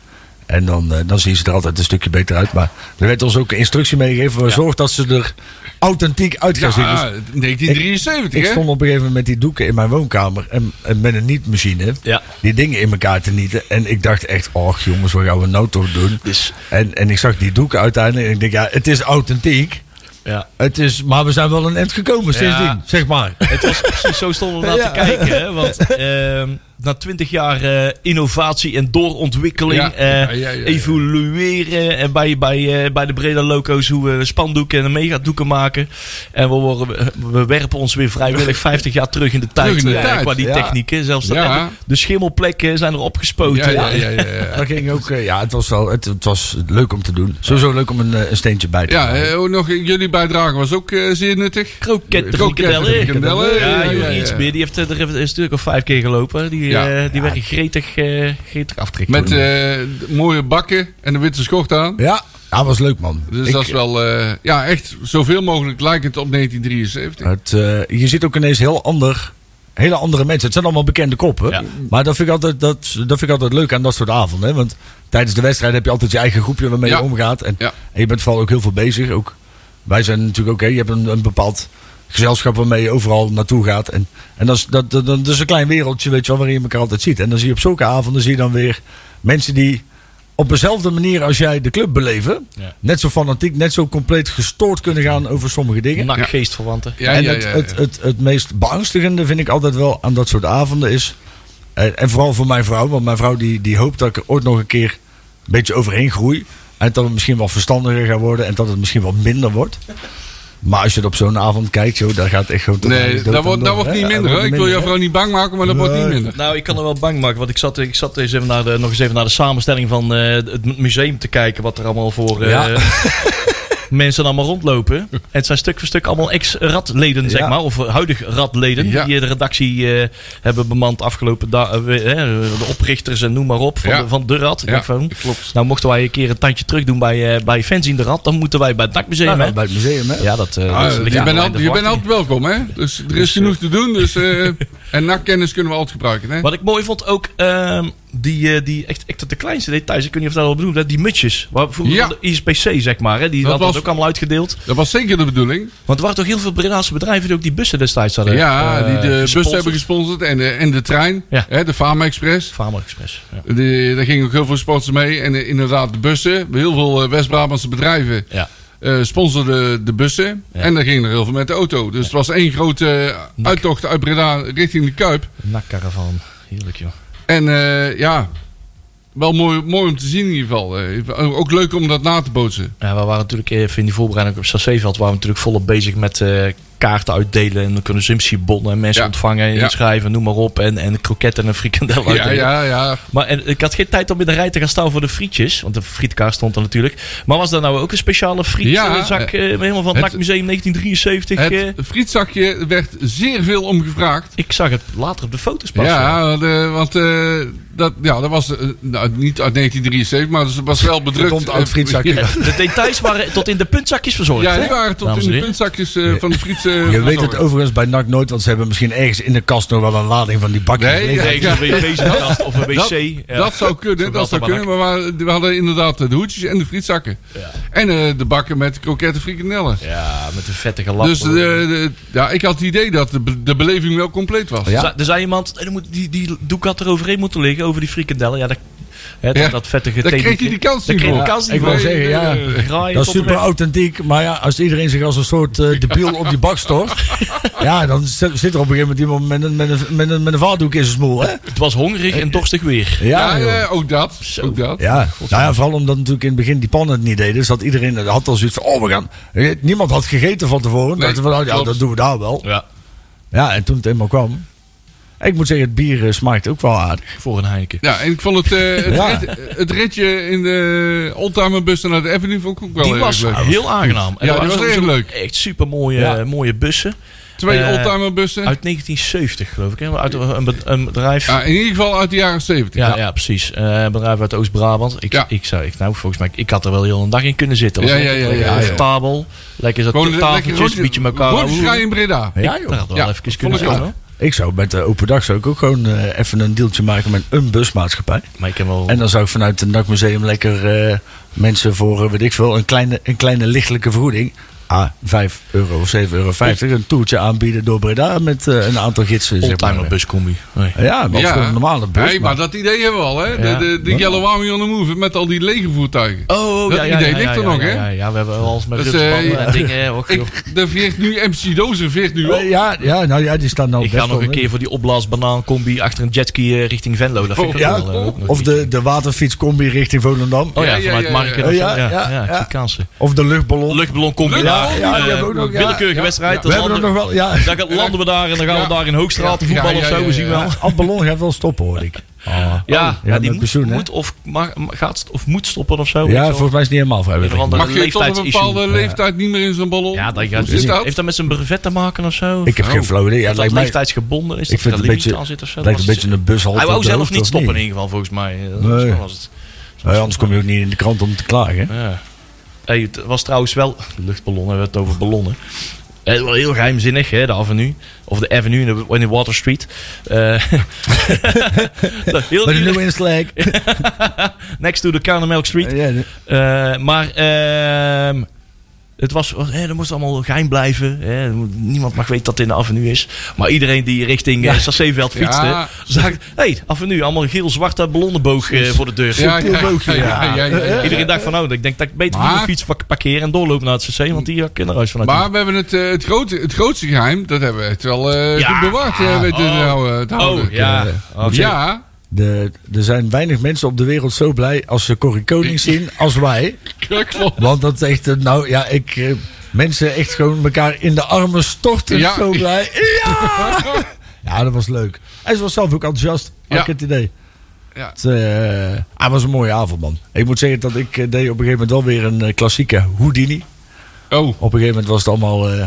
[SPEAKER 3] En dan, eh, dan zien ze er altijd een stukje beter uit. Maar er werd ons ook een instructie meegegeven. van, Zorg dat ze er authentiek uit gaan zien.
[SPEAKER 4] Ja,
[SPEAKER 3] Dus
[SPEAKER 4] 1973,
[SPEAKER 3] ik
[SPEAKER 4] hè?
[SPEAKER 3] stond op een gegeven moment met die doeken in mijn woonkamer. En, en met een nietmachine.
[SPEAKER 2] Ja.
[SPEAKER 3] Die dingen in elkaar te nieten. En ik dacht echt, och jongens, wat gaan we nou toch doen?
[SPEAKER 2] Dus-
[SPEAKER 3] En, en ik zag die doeken uiteindelijk. En ik dacht, ja, het is authentiek.
[SPEAKER 2] Ja.
[SPEAKER 3] Het is, maar we zijn wel een eind gekomen sindsdien, zeg maar.
[SPEAKER 2] Het was precies zo stom om naar
[SPEAKER 3] Ja.
[SPEAKER 2] te kijken. Hè? Want ehm, na twintig jaar eh, innovatie en doorontwikkeling,
[SPEAKER 4] Ja,
[SPEAKER 2] eh,
[SPEAKER 4] ja, ja, ja.
[SPEAKER 2] evolueren. En bij, bij, eh, bij de Breda Loco's hoe we spandoeken en megadoeken maken. En we, worden, we werpen ons weer vrijwillig 50 jaar terug in de tijd,
[SPEAKER 4] in de
[SPEAKER 2] eh,
[SPEAKER 4] tijd,
[SPEAKER 2] qua die
[SPEAKER 3] ja.
[SPEAKER 2] technieken. Zelfs dat-
[SPEAKER 4] Ja.
[SPEAKER 2] en de- de schimmelplekken zijn er
[SPEAKER 4] Ja,
[SPEAKER 2] opgespoten.
[SPEAKER 4] ja, ja, ja, ja.
[SPEAKER 3] Dat ging ook, eh, ja, het was wel, het, het was leuk om te doen. Sowieso leuk om een, eh, een steentje bij te
[SPEAKER 4] Ja,
[SPEAKER 3] doen.
[SPEAKER 4] eh, ook nog, eh, jullie bijdrage was ook eh, zeer nuttig.
[SPEAKER 2] Kroketten,
[SPEAKER 4] Kroketten, frikandellen.
[SPEAKER 2] frikandellen. Ja,
[SPEAKER 4] Ja,
[SPEAKER 2] joh,
[SPEAKER 4] ja, ja.
[SPEAKER 2] iets meer. Die heeft eh, er even- is natuurlijk al vijf keer gelopen. Die,
[SPEAKER 4] Ja.
[SPEAKER 2] eh, die werden gretig, eh, gretig afgetrokken.
[SPEAKER 4] Met eh, d- mooie bakken en een witte schort aan.
[SPEAKER 3] ja. ja, was leuk man.
[SPEAKER 4] Dus
[SPEAKER 3] Ik-
[SPEAKER 4] dat is wel, eh, ja, echt zoveel mogelijk lijkend op 1973.
[SPEAKER 3] het, eh, je ziet ook ineens heel ander, hele andere mensen. Het zijn allemaal bekende koppen.
[SPEAKER 2] Ja.
[SPEAKER 3] Maar dat vind, ik altijd, dat, dat vind ik altijd leuk aan dat soort avonden. Hè? Want tijdens de wedstrijd heb je altijd je eigen groepje waarmee
[SPEAKER 4] Ja.
[SPEAKER 3] je omgaat. En,
[SPEAKER 4] Ja.
[SPEAKER 3] en je bent vooral ook heel veel bezig. Ook, wij zijn natuurlijk ook, hè, je hebt een, een bepaald gezelschap waarmee je overal naartoe gaat. En, en dat, is, dat, dat, dat is een klein wereldje, weet je wel, waarin je elkaar altijd ziet. En dan zie je op zulke avonden zie je dan weer mensen die op dezelfde manier als jij de club beleven.
[SPEAKER 2] Ja.
[SPEAKER 3] Net zo fanatiek, net zo compleet gestoord kunnen gaan over sommige dingen
[SPEAKER 2] Nak
[SPEAKER 4] Ja.
[SPEAKER 2] geestverwanten.
[SPEAKER 4] Ja,
[SPEAKER 3] en
[SPEAKER 4] ja,
[SPEAKER 3] het,
[SPEAKER 4] ja,
[SPEAKER 3] Het,
[SPEAKER 4] ja.
[SPEAKER 3] het, het meest beangstigende vind ik altijd wel aan dat soort avonden is. eh, En, en vooral voor mijn vrouw, want mijn vrouw die, die hoopt dat ik er ooit nog een keer een beetje overheen groei. En dat het misschien wel verstandiger gaat worden en dat het misschien wel minder wordt. Maar als je het op zo'n avond kijkt, joh, daar gaat echt gewoon. tot aan
[SPEAKER 4] Nee,
[SPEAKER 3] die dood
[SPEAKER 4] dat
[SPEAKER 3] aan
[SPEAKER 4] wordt, dat
[SPEAKER 3] door,
[SPEAKER 4] wordt
[SPEAKER 3] hè.
[SPEAKER 4] niet minder. hoor.
[SPEAKER 3] wordt
[SPEAKER 4] Ik wil
[SPEAKER 3] minder, hè.
[SPEAKER 4] jou vooral niet bang maken, maar dat wordt niet
[SPEAKER 3] Nee.
[SPEAKER 4] minder.
[SPEAKER 2] Nou, ik kan er wel bang maken, want ik zat, ik zat eens even naar de, nog eens even naar de samenstelling van eh, het museum te kijken. Wat er allemaal voor eh,
[SPEAKER 3] Ja.
[SPEAKER 2] mensen allemaal rondlopen. En het zijn stuk voor stuk allemaal ex-radleden, zeg
[SPEAKER 3] Ja.
[SPEAKER 2] maar. Of huidig radleden.
[SPEAKER 4] Ja.
[SPEAKER 2] Die de redactie eh, hebben bemand afgelopen da- eh, we- eh, De oprichters en noem maar op. Van,
[SPEAKER 4] Ja.
[SPEAKER 2] de, van de rad. Ik
[SPEAKER 4] Ja,
[SPEAKER 2] dacht van,
[SPEAKER 4] klopt.
[SPEAKER 2] Nou, mochten wij een keer een tandje terug doen bij, eh bij Fans in de Rad, dan moeten wij bij het dakmuseum.
[SPEAKER 3] Nou,
[SPEAKER 2] hè?
[SPEAKER 3] nou, bij het museum, hè?
[SPEAKER 2] Ja, dat, eh,
[SPEAKER 4] Ah,
[SPEAKER 2] dat ligt
[SPEAKER 4] je
[SPEAKER 2] aan
[SPEAKER 4] bent
[SPEAKER 2] de
[SPEAKER 4] al- je bent
[SPEAKER 2] verwachting.
[SPEAKER 4] altijd welkom, hè? Dus er is genoeg te doen. Dus, eh, en nakkennis kunnen we altijd gebruiken, hè?
[SPEAKER 2] Wat ik mooi vond ook, ehm, die, eh, die echt, echt tot de kleinste details, ik weet niet of dat al bedoeld werd, die mutsjes. Waar vroeger
[SPEAKER 4] Ja.
[SPEAKER 2] van de ISPC, zeg maar, hè, die
[SPEAKER 4] Dat
[SPEAKER 2] hadden dat
[SPEAKER 4] was-
[SPEAKER 2] ook allemaal uitgedeeld.
[SPEAKER 4] Dat was zeker de bedoeling.
[SPEAKER 2] Want er waren toch heel veel Bredaanse bedrijven die ook die bussen destijds hadden.
[SPEAKER 4] Ja,
[SPEAKER 2] eh,
[SPEAKER 4] die de bus
[SPEAKER 2] gesponsord.
[SPEAKER 4] hebben gesponsord en de, en de trein.
[SPEAKER 2] Ja.
[SPEAKER 4] Hè, de Fama Express.
[SPEAKER 2] Farmer Express. Ja.
[SPEAKER 4] Die, daar gingen ook heel veel sponsors mee. En eh, inderdaad, de bussen. Heel veel eh, West-Brabantse bedrijven
[SPEAKER 2] Ja.
[SPEAKER 4] eh, sponsoren de bussen. En daar gingen er heel veel met de auto. Dus het was één grote eh, uittocht uit Breda richting de Kuip.
[SPEAKER 2] Nakkaravan. Heerlijk, joh.
[SPEAKER 4] En eh, ja, wel mooi, mooi om te zien in ieder geval. Eh, ook leuk om dat na te bootsen.
[SPEAKER 2] Ja, we waren natuurlijk eh, even in die voorbereiding op Sasseveld waren we natuurlijk volop bezig met eh, kaarten uitdelen en dan kunnen consumptiebonnen en mensen
[SPEAKER 4] Ja.
[SPEAKER 2] ontvangen en
[SPEAKER 4] Ja.
[SPEAKER 2] inschrijven, noem maar op. En, en kroketten en frikandellen
[SPEAKER 4] Ja,
[SPEAKER 2] uitdelen.
[SPEAKER 4] ja, ja.
[SPEAKER 2] Maar en, ik had geen tijd om in de rij te gaan staan voor de frietjes. Want de frietkaart stond er natuurlijk. Maar was daar nou ook een speciale
[SPEAKER 4] Ja,
[SPEAKER 2] frietzak? eh helemaal van het
[SPEAKER 4] het-
[SPEAKER 2] Nakmuseum 1973. eh,
[SPEAKER 4] Het frietzakje werd zeer veel om gevraagd.
[SPEAKER 2] ik zag het later op de foto's pas.
[SPEAKER 4] Ja, want, eh, want eh, dat, ja, dat was eh, nou, niet uit 1973, maar het was wel bedrukt.
[SPEAKER 3] Verdomd oud
[SPEAKER 4] Eh,
[SPEAKER 3] frietzakje.
[SPEAKER 4] Ja,
[SPEAKER 2] De details waren tot in de puntzakjes verzorgd.
[SPEAKER 4] ja,
[SPEAKER 2] hè?
[SPEAKER 4] die waren tot
[SPEAKER 2] Dames en
[SPEAKER 4] in de
[SPEAKER 2] heren.
[SPEAKER 4] puntzakjes eh, van de friet. eh,
[SPEAKER 3] Je
[SPEAKER 4] van
[SPEAKER 3] weet het
[SPEAKER 4] Zorg.
[SPEAKER 3] overigens bij NAC nooit, want ze hebben misschien ergens in de kast nog wel een lading van die bakjes.
[SPEAKER 4] Nee,
[SPEAKER 3] liggen.
[SPEAKER 2] Nee,
[SPEAKER 4] Ja.
[SPEAKER 2] een wc-kast of een
[SPEAKER 4] Dat,
[SPEAKER 2] wc. ja.
[SPEAKER 4] dat zou kunnen,
[SPEAKER 2] Zo'n
[SPEAKER 4] dat zou
[SPEAKER 2] waterbak.
[SPEAKER 4] kunnen. Maar we hadden- we hadden inderdaad eh, de hoedjes en de frietzakken. En eh, de bakken met kroketten frikandellen.
[SPEAKER 2] Ja, met een vettige lap.
[SPEAKER 4] dus
[SPEAKER 2] hoor.
[SPEAKER 4] eh, de- ja, ik had het idee dat de, be- de beleving wel compleet was.
[SPEAKER 3] Ja.
[SPEAKER 2] Er zei iemand, eh, dan moet die, die doek had er overheen moeten liggen, over die frikandellen. Ja, dat, hè, dat,
[SPEAKER 4] Ja.
[SPEAKER 2] dat vettige
[SPEAKER 4] Daar kreeg
[SPEAKER 2] tekentje.
[SPEAKER 4] hij die kans
[SPEAKER 2] Daar
[SPEAKER 4] niet
[SPEAKER 2] kreeg
[SPEAKER 4] voor.
[SPEAKER 2] hij de kans niet
[SPEAKER 3] Ik wil
[SPEAKER 2] voor.
[SPEAKER 3] zeggen, ja.
[SPEAKER 4] Ah,
[SPEAKER 2] Graaien
[SPEAKER 3] Dat is
[SPEAKER 2] tot en
[SPEAKER 3] super
[SPEAKER 2] met.
[SPEAKER 3] authentiek, maar ja, als iedereen zich als een soort eh, debiel op die bak stort, ja, dan zit zit er op een gegeven moment iemand met een, met een, met een, met een vaatdoek in zijn smoel, hè?
[SPEAKER 2] Het was hongerig
[SPEAKER 4] Eh,
[SPEAKER 2] en dorstig weer.
[SPEAKER 4] Ja,
[SPEAKER 3] joh.
[SPEAKER 4] eh, ook dat.
[SPEAKER 2] Zo.
[SPEAKER 4] Ook dat.
[SPEAKER 3] Ja, nou ja, vooral omdat natuurlijk in het begin die pannen het niet deden. Dus dat iedereen had al zoiets van, oh we gaan... Niemand had gegeten van tevoren.
[SPEAKER 4] Nee,
[SPEAKER 3] dachten we, nou, ja,
[SPEAKER 4] klopt.
[SPEAKER 3] dat doen we daar wel.
[SPEAKER 2] Ja,
[SPEAKER 3] Ja, en toen het eenmaal kwam... Ik moet zeggen, het bier eh, smaakt ook wel aardig.
[SPEAKER 2] voor een Heineken.
[SPEAKER 4] Ja, en ik vond het, eh, het,
[SPEAKER 3] Ja.
[SPEAKER 4] rit- het ritje in de oldtimerbus naar de Avenue vond ik ook wel
[SPEAKER 2] Die
[SPEAKER 4] erg
[SPEAKER 2] was
[SPEAKER 4] leuk.
[SPEAKER 2] heel aangenaam. En
[SPEAKER 4] Ja,
[SPEAKER 2] er
[SPEAKER 4] die was
[SPEAKER 2] waren
[SPEAKER 4] erg
[SPEAKER 2] sowieso
[SPEAKER 4] leuk.
[SPEAKER 2] Echt super mooie,
[SPEAKER 3] Ja.
[SPEAKER 2] mooie bussen.
[SPEAKER 4] Twee
[SPEAKER 2] eh,
[SPEAKER 4] oldtimerbussen.
[SPEAKER 2] Uit 1970 geloof ik. Hè? Uit een, be- een bedrijf.
[SPEAKER 4] Ja,
[SPEAKER 2] Ja,
[SPEAKER 4] in ieder geval uit de jaren 70.
[SPEAKER 2] ja. precies. Eh, Een bedrijf uit Oost-Brabant. Ik,
[SPEAKER 4] Ja.
[SPEAKER 2] ik zou, ik, nou, volgens mij, ik had er wel heel een dag in kunnen zitten.
[SPEAKER 4] Ja,
[SPEAKER 2] Was
[SPEAKER 4] ja,
[SPEAKER 2] echt
[SPEAKER 4] ja,
[SPEAKER 2] lekker
[SPEAKER 4] ja, ja.
[SPEAKER 2] Comfortabel. Lekker zat
[SPEAKER 4] Gewoon
[SPEAKER 2] op
[SPEAKER 4] een lekker
[SPEAKER 2] tafeltjes, een beetje met elkaar.
[SPEAKER 4] rondjes rijden in Breda.
[SPEAKER 2] Ja, joh. Dat had wel
[SPEAKER 4] Ja,
[SPEAKER 2] even kunnen
[SPEAKER 4] vond ik
[SPEAKER 2] gaan,
[SPEAKER 4] ook.
[SPEAKER 2] hoor.
[SPEAKER 3] Ik zou met de open dag zou ik ook gewoon eh, even een deeltje maken met een busmaatschappij.
[SPEAKER 2] Maar ik heb wel...
[SPEAKER 3] En dan zou ik vanuit het NAC-museum lekker eh, mensen voor, eh, weet ik veel, een kleine, een kleine lichtelijke vergoeding. Ah, 5 euro of 7,50 euro. Een toertje aanbieden door Breda met eh, een aantal gidsen. Zeg maar.
[SPEAKER 2] Oldtimer buscombi. Nee.
[SPEAKER 3] Ja, maar voor een normale bus.
[SPEAKER 4] Nee, maar dat idee hebben we al, hè?
[SPEAKER 2] Ja.
[SPEAKER 4] De, de, die Yellow Army on the Move met al die lege voertuigen.
[SPEAKER 2] Oh,
[SPEAKER 4] Dat
[SPEAKER 2] ja, ja,
[SPEAKER 4] idee
[SPEAKER 2] ja,
[SPEAKER 4] ligt
[SPEAKER 2] ja,
[SPEAKER 4] er
[SPEAKER 2] ja,
[SPEAKER 4] nog, hè?
[SPEAKER 2] Ja, ja, we hebben alles met
[SPEAKER 4] Dus,
[SPEAKER 2] dus,
[SPEAKER 4] eh,
[SPEAKER 2] en dingen. Och, joh. ik,
[SPEAKER 4] Ik, de veert nu MC Dozer veert nu
[SPEAKER 3] Eh,
[SPEAKER 4] op.
[SPEAKER 3] ja, ja, nou ja, die staan nou best
[SPEAKER 2] ga nog
[SPEAKER 3] wel
[SPEAKER 2] een
[SPEAKER 3] in.
[SPEAKER 2] keer voor die opblaasbanaankombi achter een jetski eh, richting Venlo. Dat vind ik
[SPEAKER 4] Oh,
[SPEAKER 2] ook
[SPEAKER 3] ja.
[SPEAKER 2] wel, eh, ook nog
[SPEAKER 3] Of
[SPEAKER 2] iets.
[SPEAKER 3] de, de waterfietscombi richting Volendam.
[SPEAKER 2] Oh
[SPEAKER 4] Ja,
[SPEAKER 2] ja,
[SPEAKER 4] ja,
[SPEAKER 2] vanuit
[SPEAKER 4] ja,
[SPEAKER 2] Marken.
[SPEAKER 3] ja.
[SPEAKER 2] of zo.
[SPEAKER 3] Ja,
[SPEAKER 2] Ja,
[SPEAKER 3] ja,
[SPEAKER 2] ja,
[SPEAKER 3] ja.
[SPEAKER 2] kansen.
[SPEAKER 3] Of de luchtballon.
[SPEAKER 2] Luchtballonkombi.
[SPEAKER 4] Ja, ja, die
[SPEAKER 3] hebben we ook nog, ja.
[SPEAKER 2] Willekeurige
[SPEAKER 4] Ja,
[SPEAKER 2] wedstrijd.
[SPEAKER 4] ja.
[SPEAKER 2] Dan
[SPEAKER 3] we hebben er nog
[SPEAKER 2] landen-
[SPEAKER 3] wel. Ja,
[SPEAKER 2] Dan gaan- landen we daar en dan gaan
[SPEAKER 4] Ja.
[SPEAKER 2] we daar in Hoogstraat te
[SPEAKER 4] Ja,
[SPEAKER 2] voetballen
[SPEAKER 4] ja,
[SPEAKER 2] of zo.
[SPEAKER 4] ja,
[SPEAKER 2] we
[SPEAKER 4] ja,
[SPEAKER 2] zien
[SPEAKER 4] ja.
[SPEAKER 2] wel.
[SPEAKER 3] Al ballon gaat wel stoppen, hoor ik.
[SPEAKER 2] Ja,
[SPEAKER 3] Oh, ja,
[SPEAKER 2] ja,
[SPEAKER 3] met
[SPEAKER 2] die moet,
[SPEAKER 3] pensioen, hè?
[SPEAKER 2] moet of, mag, gaat, of moet stoppen of zo. weet
[SPEAKER 3] Ja,
[SPEAKER 2] je wel.
[SPEAKER 3] volgens mij is het niet helemaal
[SPEAKER 2] Een of
[SPEAKER 3] vrijwillig.
[SPEAKER 2] andere
[SPEAKER 4] Mag je tot een
[SPEAKER 2] leeftijdsissue.
[SPEAKER 4] bepaalde leeftijd niet meer in zo'n ballon?
[SPEAKER 2] Ja, dat gaat
[SPEAKER 4] Hoe zit dat?
[SPEAKER 2] Heeft dat met zijn brevet te maken of zo?
[SPEAKER 3] Ik heb geen flauw idee. Ja, het
[SPEAKER 2] Oh, dat
[SPEAKER 3] lijkt mij,
[SPEAKER 2] leeftijdsgebonden is.
[SPEAKER 3] ik vind
[SPEAKER 2] dat
[SPEAKER 3] het
[SPEAKER 2] er
[SPEAKER 3] een
[SPEAKER 2] een limiet
[SPEAKER 3] beetje,
[SPEAKER 2] aan zit of zo.
[SPEAKER 3] lijkt een
[SPEAKER 2] Dat was-
[SPEAKER 3] beetje een bushalte.
[SPEAKER 2] Hij
[SPEAKER 3] op
[SPEAKER 2] wou
[SPEAKER 3] de
[SPEAKER 2] zelf
[SPEAKER 3] hoogte,
[SPEAKER 2] niet
[SPEAKER 3] of
[SPEAKER 2] stoppen in ieder geval, volgens mij. Dat
[SPEAKER 3] Nee.
[SPEAKER 2] was- was het.
[SPEAKER 3] Nee, anders kom je ook niet in de krant om te klagen.
[SPEAKER 2] Ja. Hey, het was trouwens wel... Luchtballonnen, we hebben het over ballonnen. Eh, wel heel geheimzinnig, hè, de avenue. Of de avenue in de, in de Water Street. Eh, nou, heel
[SPEAKER 3] Maar de
[SPEAKER 2] die-
[SPEAKER 3] nieuwe inslag.
[SPEAKER 2] next to the Carnemelk Street.
[SPEAKER 3] Ja, de-
[SPEAKER 2] Eh, maar ehm, het was, was hè, dat moest allemaal geheim blijven. Hè. Er moet- Niemand mag weten dat het in de avenue is. Maar iedereen die richting eh Sasseeveld fietste,
[SPEAKER 4] Ja.
[SPEAKER 2] zag, hé, hey, avenue, allemaal geel-zwarte ballonnenboog eh, voor de deur.
[SPEAKER 4] Ja, ja, ja, ja, ja, ja, ja.
[SPEAKER 2] Iedereen dacht van, nou, ik denk dat ik beter
[SPEAKER 4] Maar-
[SPEAKER 2] maar... mijn fiets pak- parkeer en doorloop naar het CC, want hier kan er huis vanuit.
[SPEAKER 4] Maar we hebben het, eh, het, grote, het grootste geheim, dat hebben we echt wel eh,
[SPEAKER 2] Ja.
[SPEAKER 4] goed bewaard eh, weten te
[SPEAKER 2] Oh.
[SPEAKER 4] houden. te houden.
[SPEAKER 2] oh, ja. Oké.
[SPEAKER 4] Ja,
[SPEAKER 3] de- Er zijn weinig mensen op de wereld zo blij als ze Corrie Konings zien als wij.
[SPEAKER 4] dat klopt.
[SPEAKER 3] Want dat is echt, eh, nou ja, ik... eh, Mensen echt gewoon elkaar in de armen storten.
[SPEAKER 4] Ja.
[SPEAKER 3] Zo blij. Ja! ja, dat was leuk. En ze was zelf ook enthousiast. Had
[SPEAKER 4] Ja.
[SPEAKER 3] ik het idee.
[SPEAKER 4] Ja.
[SPEAKER 3] Het, eh, ah, het was een mooie avond, man. Ik moet zeggen dat ik eh, deed op een gegeven moment wel weer een eh, klassieke Houdini.
[SPEAKER 4] Oh,
[SPEAKER 3] Op een gegeven moment was het allemaal. eh,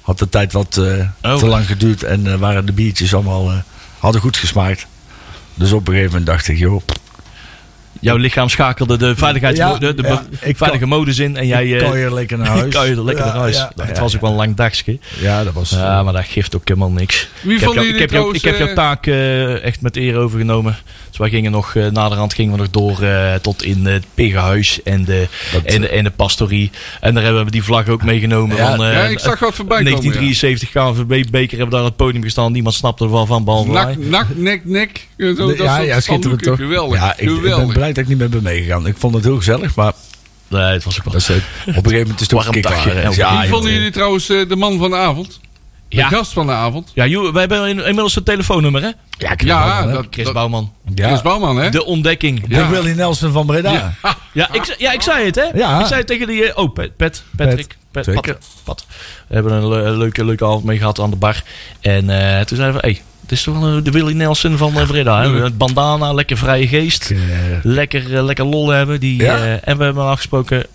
[SPEAKER 3] had de tijd wat eh,
[SPEAKER 2] Oh.
[SPEAKER 3] te lang geduurd en eh, waren de biertjes allemaal. eh, hadden goed gesmaakt. Dus op een gegeven moment dacht ik, joh.
[SPEAKER 2] Jouw lichaam schakelde de, veiligheids-
[SPEAKER 3] Ja,
[SPEAKER 2] de, de
[SPEAKER 3] ja,
[SPEAKER 2] be-
[SPEAKER 3] ik kan-
[SPEAKER 2] veilige modus in en jij...
[SPEAKER 3] ik
[SPEAKER 2] eh,
[SPEAKER 3] kan je lekker naar huis.
[SPEAKER 2] kan je er lekker
[SPEAKER 3] Ja,
[SPEAKER 2] naar huis. Nou,
[SPEAKER 3] Ja,
[SPEAKER 2] het
[SPEAKER 3] ja,
[SPEAKER 2] was ook wel een lang dagje.
[SPEAKER 3] ja, dat was. eh,
[SPEAKER 2] Ja, Nou, maar dat geeft ook helemaal niks.
[SPEAKER 4] Wie
[SPEAKER 2] ik, heb
[SPEAKER 4] vonden
[SPEAKER 2] jou-
[SPEAKER 4] jullie
[SPEAKER 2] ik, heb jou- ik
[SPEAKER 4] trouwens,
[SPEAKER 2] heb jouw
[SPEAKER 4] eh,
[SPEAKER 2] taak eh, echt met eer overgenomen. Dus wij gingen nog, eh, naderhand gingen we nog door eh, tot in het Piggenhuis en de,
[SPEAKER 3] Dat, eh,
[SPEAKER 2] en, de, en de pastorie. En daar hebben we die vlag ook meegenomen.
[SPEAKER 3] Ja,
[SPEAKER 2] van, eh,
[SPEAKER 4] ja, ik zag wat voorbij komen.
[SPEAKER 2] 1973 KNVB-beker hebben daar aan het podium gestaan. Niemand snapte er wel van, behalve
[SPEAKER 4] Nak,
[SPEAKER 2] wij.
[SPEAKER 4] nak, nek, nek. Zo,
[SPEAKER 3] De-
[SPEAKER 4] dat
[SPEAKER 3] ja,
[SPEAKER 4] soort
[SPEAKER 3] ja, schitterend
[SPEAKER 4] spandoeken.
[SPEAKER 3] toch?
[SPEAKER 4] Geweldig.
[SPEAKER 3] ja, ik, ik ben
[SPEAKER 4] geweldig.
[SPEAKER 3] blij dat ik niet meer ben meegegaan. Ik vond het heel gezellig, maar
[SPEAKER 2] Nee, het was ook wel...
[SPEAKER 3] dat is, eh, op een gegeven moment is het ook
[SPEAKER 2] Warm
[SPEAKER 3] een kick
[SPEAKER 2] dagje,
[SPEAKER 3] waar,
[SPEAKER 2] hè?
[SPEAKER 3] hè.
[SPEAKER 2] Wie
[SPEAKER 3] Ja,
[SPEAKER 4] Wie vonden
[SPEAKER 3] Ah, joh.
[SPEAKER 4] jullie trouwens eh, de man van de avond? De
[SPEAKER 2] Ja.
[SPEAKER 4] gast van de avond?
[SPEAKER 2] Ja, joh, wij hebben in- inmiddels een telefoonnummer, hè?
[SPEAKER 3] Ja, Chris
[SPEAKER 4] Ja,
[SPEAKER 3] Bouwman, hè?
[SPEAKER 4] dat,
[SPEAKER 2] Chris
[SPEAKER 4] dat-
[SPEAKER 2] Bouwman.
[SPEAKER 3] Ja.
[SPEAKER 4] Chris Bouwman, hè?
[SPEAKER 2] De ontdekking.
[SPEAKER 3] De
[SPEAKER 4] Ja.
[SPEAKER 3] Willy Nelson van Breda.
[SPEAKER 2] Ja, ik, ja, ik zei het, hè?
[SPEAKER 3] Ja.
[SPEAKER 2] Ik zei het tegen die... eh, Oh, Pat, Pat, Patrick. Pat,
[SPEAKER 3] Zeker.
[SPEAKER 2] Pat, Pat. We hebben een le- leuke, leuke avond mee gehad aan de bar. En eh, toen zeiden we... Hé, dit is toch wel eh, de Willy Nelson van eh, Breda, hè? Met bandana, lekker vrije geest.
[SPEAKER 3] Ik, eh,
[SPEAKER 2] Lekker, eh, lekker lol hebben. Die,
[SPEAKER 3] Ja.
[SPEAKER 2] eh, en we hebben afgesproken...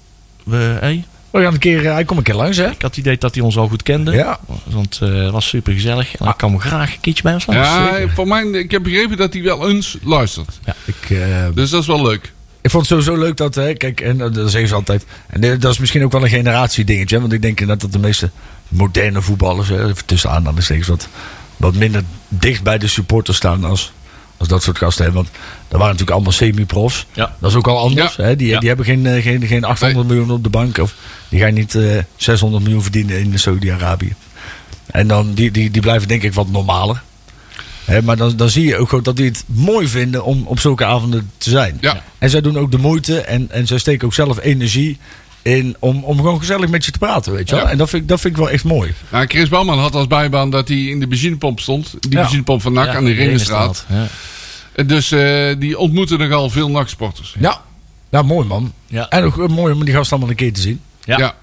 [SPEAKER 2] We, hey,
[SPEAKER 3] We gaan een keer, eh, hij komt een keer langs, hè?
[SPEAKER 2] ik had het idee dat hij ons al goed kende.
[SPEAKER 3] Ja.
[SPEAKER 2] Want eh, het was super gezellig. En ik kan me graag een keertje bij ons langs.
[SPEAKER 4] Ja, voor mij, ik heb begrepen dat hij wel eens luistert.
[SPEAKER 3] Ik, eh,
[SPEAKER 4] Dus dat is wel leuk.
[SPEAKER 3] ik vond het sowieso leuk dat, hè, kijk, en eh, dat zeggen ze altijd. En eh, dat is misschien ook wel een generatie dingetje, hè, want ik denk inderdaad dat de meeste moderne voetballers, hè, even tussen aanhalingstekens, wat, wat minder dicht bij de supporters staan als, als dat soort gasten. Hè. Want dat waren natuurlijk allemaal semi-profs.
[SPEAKER 2] Ja.
[SPEAKER 3] Dat is ook al anders.
[SPEAKER 4] Ja.
[SPEAKER 3] Hè. Die,
[SPEAKER 2] Ja.
[SPEAKER 3] die hebben geen, eh, geen, geen 800 miljoen op de bank. Of die gaan niet eh, 600 miljoen verdienen in Saudi-Arabië. En dan, die, die, die blijven denk ik wat normaler. Hè, maar dan, dan zie je ook gewoon dat die het mooi vinden om op zulke avonden te zijn.
[SPEAKER 4] Ja.
[SPEAKER 3] En zij doen ook de moeite en, en zij steken ook zelf energie in om, om gewoon gezellig met je te praten, weet je wel.
[SPEAKER 4] Ja.
[SPEAKER 3] En dat vind, ik- dat vind ik wel echt mooi.
[SPEAKER 4] Nou, Chris Bouwman had als bijbaan dat hij in de benzinepomp stond. Die
[SPEAKER 3] Ja.
[SPEAKER 4] benzinepomp van NAC aan de Ringenstraat.
[SPEAKER 2] Ja.
[SPEAKER 4] Dus eh, die ontmoette nogal veel NAC-sporters.
[SPEAKER 3] Ja, ja mooi man.
[SPEAKER 2] Ja.
[SPEAKER 3] En ook eh, mooi om die gast allemaal een keer te zien.
[SPEAKER 2] Ja.
[SPEAKER 4] Ja.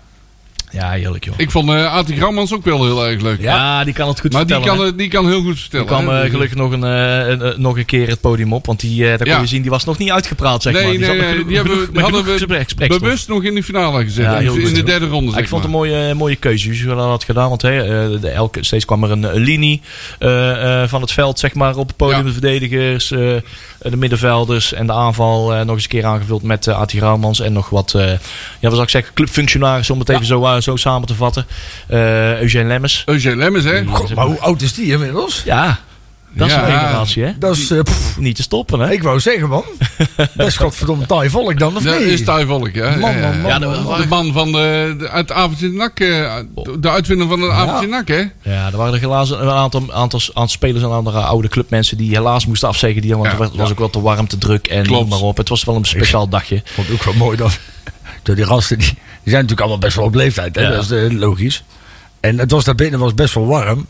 [SPEAKER 2] ja, heerlijk, joh.
[SPEAKER 4] Ik vond eh Ati Grammans ook wel heel erg leuk.
[SPEAKER 2] Ja, die kan het goed
[SPEAKER 4] Maar die
[SPEAKER 2] vertellen.
[SPEAKER 4] kan,
[SPEAKER 2] hè.
[SPEAKER 4] het- die kan heel goed vertellen.
[SPEAKER 2] Die kwam
[SPEAKER 4] hè.
[SPEAKER 2] eh, gelukkig nog een, eh, een- eh, nog een keer het podium op. Want die, eh, daar kon
[SPEAKER 4] Ja.
[SPEAKER 2] je zien, die was nog niet uitgepraat, zeg
[SPEAKER 4] Nee,
[SPEAKER 2] maar. Die
[SPEAKER 4] nee,
[SPEAKER 2] zat nog
[SPEAKER 4] nee,
[SPEAKER 2] genoeg-
[SPEAKER 4] die hebben,
[SPEAKER 2] genoeg-
[SPEAKER 4] die hadden
[SPEAKER 2] genoeg
[SPEAKER 4] we
[SPEAKER 2] gesprekstekst nog.
[SPEAKER 4] bewust nog in de finale gezet.
[SPEAKER 2] Ja, heel
[SPEAKER 4] in
[SPEAKER 2] goed,
[SPEAKER 4] de
[SPEAKER 2] heel
[SPEAKER 4] derde ronde,
[SPEAKER 2] Ah,
[SPEAKER 4] zeg
[SPEAKER 2] ik vond het
[SPEAKER 4] maar.
[SPEAKER 2] een mooie, mooie keuze, hoe ze dat had gedaan. Want hè, eh, de, elke, steeds kwam er een eh, linie eh, eh, van het veld zeg maar, op het podium.
[SPEAKER 4] Ja.
[SPEAKER 2] De verdedigers, eh, de middenvelders en de aanval eh, nog eens een keer aangevuld met eh Ati Raumans. En nog wat, eh, ja, wat zou ik zeggen, clubfunctionarissen om het even zo eh, maar zo samen te vatten. Eh Eugène Lemmers.
[SPEAKER 4] Eugène Lemmers, hè?
[SPEAKER 3] God, maar hoe oud is die inmiddels?
[SPEAKER 2] Ja, dat is
[SPEAKER 4] Ja.
[SPEAKER 2] een generatie, hè?
[SPEAKER 3] Dat is, eh, pff,
[SPEAKER 2] Niet te stoppen, hè?
[SPEAKER 3] ik wou zeggen, man. Best godverdomme taai volk dan, of
[SPEAKER 4] Dat
[SPEAKER 3] niet?
[SPEAKER 4] is Tuivolk, ja.
[SPEAKER 3] Man, man, man,
[SPEAKER 4] Ja,
[SPEAKER 2] man,
[SPEAKER 4] de,
[SPEAKER 2] man.
[SPEAKER 4] de man van de, de, uit Avondje Nak. eh, de uitvinder van het Avondje Nak, hè?
[SPEAKER 2] Ja, er waren er helaas een aantal, aantal, aantal spelers en andere oude clubmensen die helaas moesten afzeggen. Die, want
[SPEAKER 4] Ja,
[SPEAKER 2] het was-
[SPEAKER 4] ja.
[SPEAKER 2] was ook wel te warm, te druk en
[SPEAKER 4] Klopt.
[SPEAKER 2] noem maar op. Het was wel een speciaal dagje.
[SPEAKER 3] Ik vond het ook wel mooi dat, dat die gasten, die, die zijn natuurlijk allemaal best wel op leeftijd. Hè?
[SPEAKER 2] Ja.
[SPEAKER 3] Dat is eh, logisch. En het was daarbinnen was best wel warm.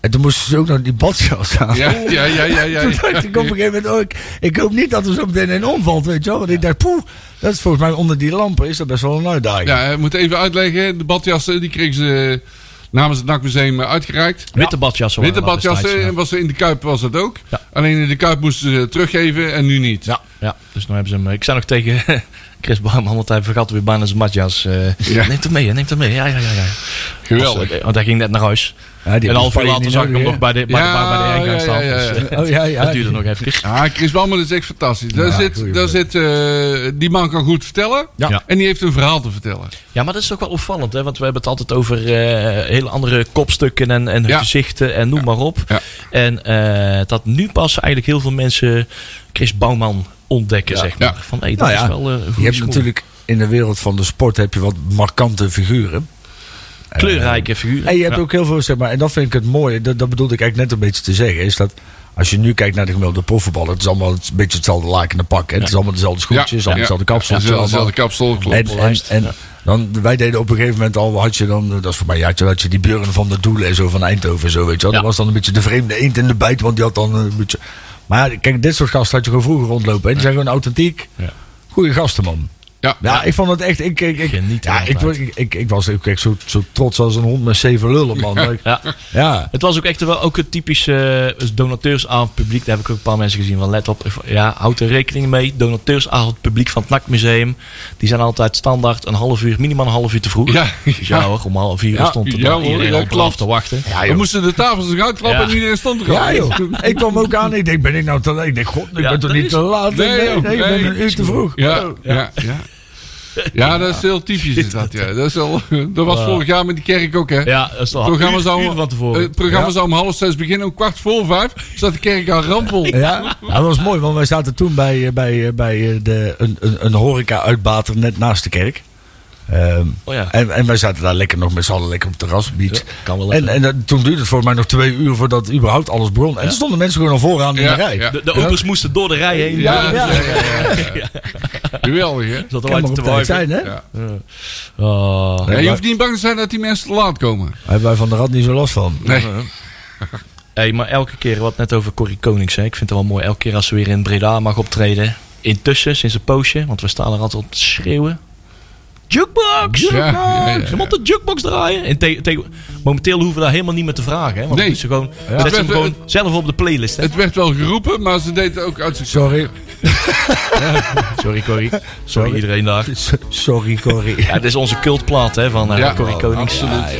[SPEAKER 3] En toen moesten ze ook nog die badjas aan.
[SPEAKER 4] Ja, ja, ja, ja. ja,
[SPEAKER 3] Toen dacht ik op een gegeven moment, oh, ik, ik hoop niet dat er zo meteen een omvalt, weet je wel. Want ik dacht, poeh, dat is volgens mij onder die lampen is dat best wel een uitdaging.
[SPEAKER 4] Ja, ik moet even uitleggen. De badjassen, die kregen ze eh, namens het NAC-museum uitgereikt.
[SPEAKER 2] Witte badjassen.
[SPEAKER 4] Witte
[SPEAKER 2] waren dat
[SPEAKER 4] badjassen, eh,
[SPEAKER 2] destijds,
[SPEAKER 4] was er in de Kuip was dat ook.
[SPEAKER 2] Ja.
[SPEAKER 4] Alleen in de Kuip moesten ze teruggeven en nu niet.
[SPEAKER 2] Ja. ja, dus nu hebben ze hem. Ik zei nog tegen Chris Barman, want hij vergat weer bijna zijn badjas. eh
[SPEAKER 4] Ja.
[SPEAKER 2] Neemt hem mee, hè, neemt hem mee. Ja, ja, ja. ja.
[SPEAKER 4] Geweldig.
[SPEAKER 2] Was, eh, want hij ging net naar huis.
[SPEAKER 3] die hebben
[SPEAKER 2] en een half
[SPEAKER 3] ze
[SPEAKER 2] uur later
[SPEAKER 3] niet
[SPEAKER 2] zag ik hem
[SPEAKER 3] nodig,
[SPEAKER 2] nog bij de, bij de,
[SPEAKER 4] Ja,
[SPEAKER 2] bar bij de ingang
[SPEAKER 4] ja,
[SPEAKER 2] staan.
[SPEAKER 4] ja, ja.
[SPEAKER 2] Dus, eh,
[SPEAKER 3] hè? Oh ja, ja.
[SPEAKER 2] dat duurde nog even.
[SPEAKER 4] Ja, Chris Bouwman is echt fantastisch. Daar
[SPEAKER 3] Ja,
[SPEAKER 4] zit,
[SPEAKER 3] goeie
[SPEAKER 4] daar
[SPEAKER 3] man.
[SPEAKER 4] zit, eh, die man kan goed vertellen.
[SPEAKER 3] Ja.
[SPEAKER 2] Ja.
[SPEAKER 4] En die heeft een verhaal te vertellen.
[SPEAKER 2] Ja, maar dat is ook wel opvallend, hè? want we hebben het altijd over eh, hele andere kopstukken en, en
[SPEAKER 4] Ja.
[SPEAKER 2] gezichten en noem maar op.
[SPEAKER 4] Ja.
[SPEAKER 2] En eh, dat nu pas eigenlijk heel veel mensen Chris Bouwman ontdekken, zeg maar.
[SPEAKER 4] Ja.
[SPEAKER 2] Van, hey, dat
[SPEAKER 3] Nou ja,
[SPEAKER 2] is wel eh, een
[SPEAKER 3] Je
[SPEAKER 2] goede
[SPEAKER 3] hebt
[SPEAKER 2] smoel.
[SPEAKER 3] natuurlijk in de wereld van de sport heb je wat markante figuren. eh,
[SPEAKER 2] kleurrijke figuren.
[SPEAKER 3] En je hebt
[SPEAKER 2] Ja.
[SPEAKER 3] ook heel veel, zeg maar, en dat vind ik het mooie, dat, dat bedoelde ik eigenlijk net een beetje te zeggen, is dat als je nu kijkt naar de gemiddelde profvoetballer, het is allemaal een beetje hetzelfde laken en pak, hè? het is allemaal dezelfde schoentjes, allemaal dezelfde kapsel.
[SPEAKER 4] Ja,
[SPEAKER 3] het is allemaal-
[SPEAKER 4] dezelfde kapsel, klopt.
[SPEAKER 3] en, en, en dan, wij deden op een gegeven moment al, had je dan, dat is voor mij, ja, had je, had je die Björn van de Doelen en zo van Eindhoven en zo, weet je wel.
[SPEAKER 2] Ja.
[SPEAKER 3] Dat was dan een beetje de vreemde eend in de bijt, want die had dan een beetje... Maar ja, kijk, dit soort gasten had je gewoon vroeger rondlopen. En die zijn gewoon authentiek.
[SPEAKER 2] Ja.
[SPEAKER 3] Goeie gasten, man.
[SPEAKER 4] ja.
[SPEAKER 3] Ja, ik vond het echt... Ik, ik, ik,
[SPEAKER 2] Geniet er
[SPEAKER 3] ja, ik,
[SPEAKER 2] altijd.
[SPEAKER 3] ik, ik, ik was ook echt zo, zo trots als een hond met zeven lullen, man. Ja.
[SPEAKER 2] Ja.
[SPEAKER 3] ja.
[SPEAKER 2] Het was ook echt wel ook het typische eh, donateursavond publiek. Daar heb ik ook een paar mensen gezien van let op. Ja, houd er rekening mee. Donateursavond publiek van het NAC Museum. Die zijn altijd standaard een half uur, minimaal een half uur te vroeg.
[SPEAKER 4] Ja.
[SPEAKER 2] Dus ja hoor, om half vier uur
[SPEAKER 3] Ja.
[SPEAKER 2] stond er
[SPEAKER 4] Ja,
[SPEAKER 2] dan
[SPEAKER 4] hoor,
[SPEAKER 2] iedereen
[SPEAKER 4] ja,
[SPEAKER 2] op
[SPEAKER 4] klopt.
[SPEAKER 2] af te wachten.
[SPEAKER 4] We moesten de tafels nog uitklappen
[SPEAKER 2] Ja.
[SPEAKER 4] en iedereen stond er al.
[SPEAKER 3] Ja, joh. Ik kwam ook aan. Ik denk, ben ik nou te laat? Ik denk, god, ik
[SPEAKER 2] Ja,
[SPEAKER 3] ben toch
[SPEAKER 2] dat
[SPEAKER 3] niet
[SPEAKER 2] is-
[SPEAKER 3] te laat?
[SPEAKER 4] Nee,
[SPEAKER 3] Nee, nee,
[SPEAKER 4] joh,
[SPEAKER 3] ik ben
[SPEAKER 4] nee.
[SPEAKER 3] een uur te vroeg.
[SPEAKER 4] Ja, ja, ja. Ja, dat is heel typisch is dat. Ja. Dat, is wel, dat was vorig jaar met die kerk ook, hè?
[SPEAKER 2] Ja, dat is toch
[SPEAKER 4] Het programma
[SPEAKER 2] uur-
[SPEAKER 4] zou,
[SPEAKER 2] uur van tevoren.
[SPEAKER 4] het programma zou om half zes beginnen. Om kwart voor vijf zat de kerk al rampvol.
[SPEAKER 3] Ja, dat was mooi, want wij zaten toen bij, eh, bij, eh, bij eh, de, een, een, een horeca-uitbater net naast de kerk. Ehm,
[SPEAKER 2] Oh ja.
[SPEAKER 3] en, en wij zaten daar lekker nog met z'n allen lekker op het terras, op beach.
[SPEAKER 2] Ja, kan wel
[SPEAKER 3] en
[SPEAKER 2] even.
[SPEAKER 3] en dat- toen duurde het voor mij nog twee uur voordat überhaupt alles begon. En toen stonden mensen gewoon al vooraan in
[SPEAKER 4] Ja,
[SPEAKER 3] de rij.
[SPEAKER 4] ja.
[SPEAKER 2] De, de opers moesten door de rij heen.
[SPEAKER 4] Ja, ja, ja, ja, ja. Geweldig, hè?
[SPEAKER 2] Zat er
[SPEAKER 3] Kan maar
[SPEAKER 2] altijd
[SPEAKER 3] op
[SPEAKER 2] te
[SPEAKER 3] tijd
[SPEAKER 2] wijven.
[SPEAKER 3] zijn, hè?
[SPEAKER 4] Ja.
[SPEAKER 2] Oh.
[SPEAKER 4] Ja,
[SPEAKER 3] Nee,
[SPEAKER 4] je
[SPEAKER 3] maar-
[SPEAKER 4] hoeft niet bang te zijn dat die mensen te laat komen.
[SPEAKER 3] Hebben wij van de rad niet zo last van.
[SPEAKER 4] Nee.
[SPEAKER 2] Hey, maar elke keer, wat net over Corrie Konings, hè, ik vind het wel mooi. Elke keer als ze weer in Breda mag optreden. Intussen, sinds een poosje, want we staan er altijd op te schreeuwen. Jukebox!
[SPEAKER 4] Ja,
[SPEAKER 2] Jukebox!
[SPEAKER 4] ja, ja, ja.
[SPEAKER 2] Ze moeten jukebox draaien. En te- te- momenteel hoeven we daar helemaal niet meer te vragen. Hè, want
[SPEAKER 4] Nee.
[SPEAKER 2] nee. ze gewoon,
[SPEAKER 4] Het
[SPEAKER 2] zet ze
[SPEAKER 4] werd-
[SPEAKER 2] hem gewoon zelf op de playlist. Hè.
[SPEAKER 4] Het werd wel geroepen, maar ze deed het ook uit zichzelf.
[SPEAKER 3] Sorry.
[SPEAKER 2] Sorry Corrie. Sorry,
[SPEAKER 3] Sorry.
[SPEAKER 2] iedereen daar.
[SPEAKER 3] S- Sorry, Corrie.
[SPEAKER 2] Ja, dit is onze cultplaat hè, van eh,
[SPEAKER 4] Ja,
[SPEAKER 2] Corrie Konings.
[SPEAKER 4] absoluut.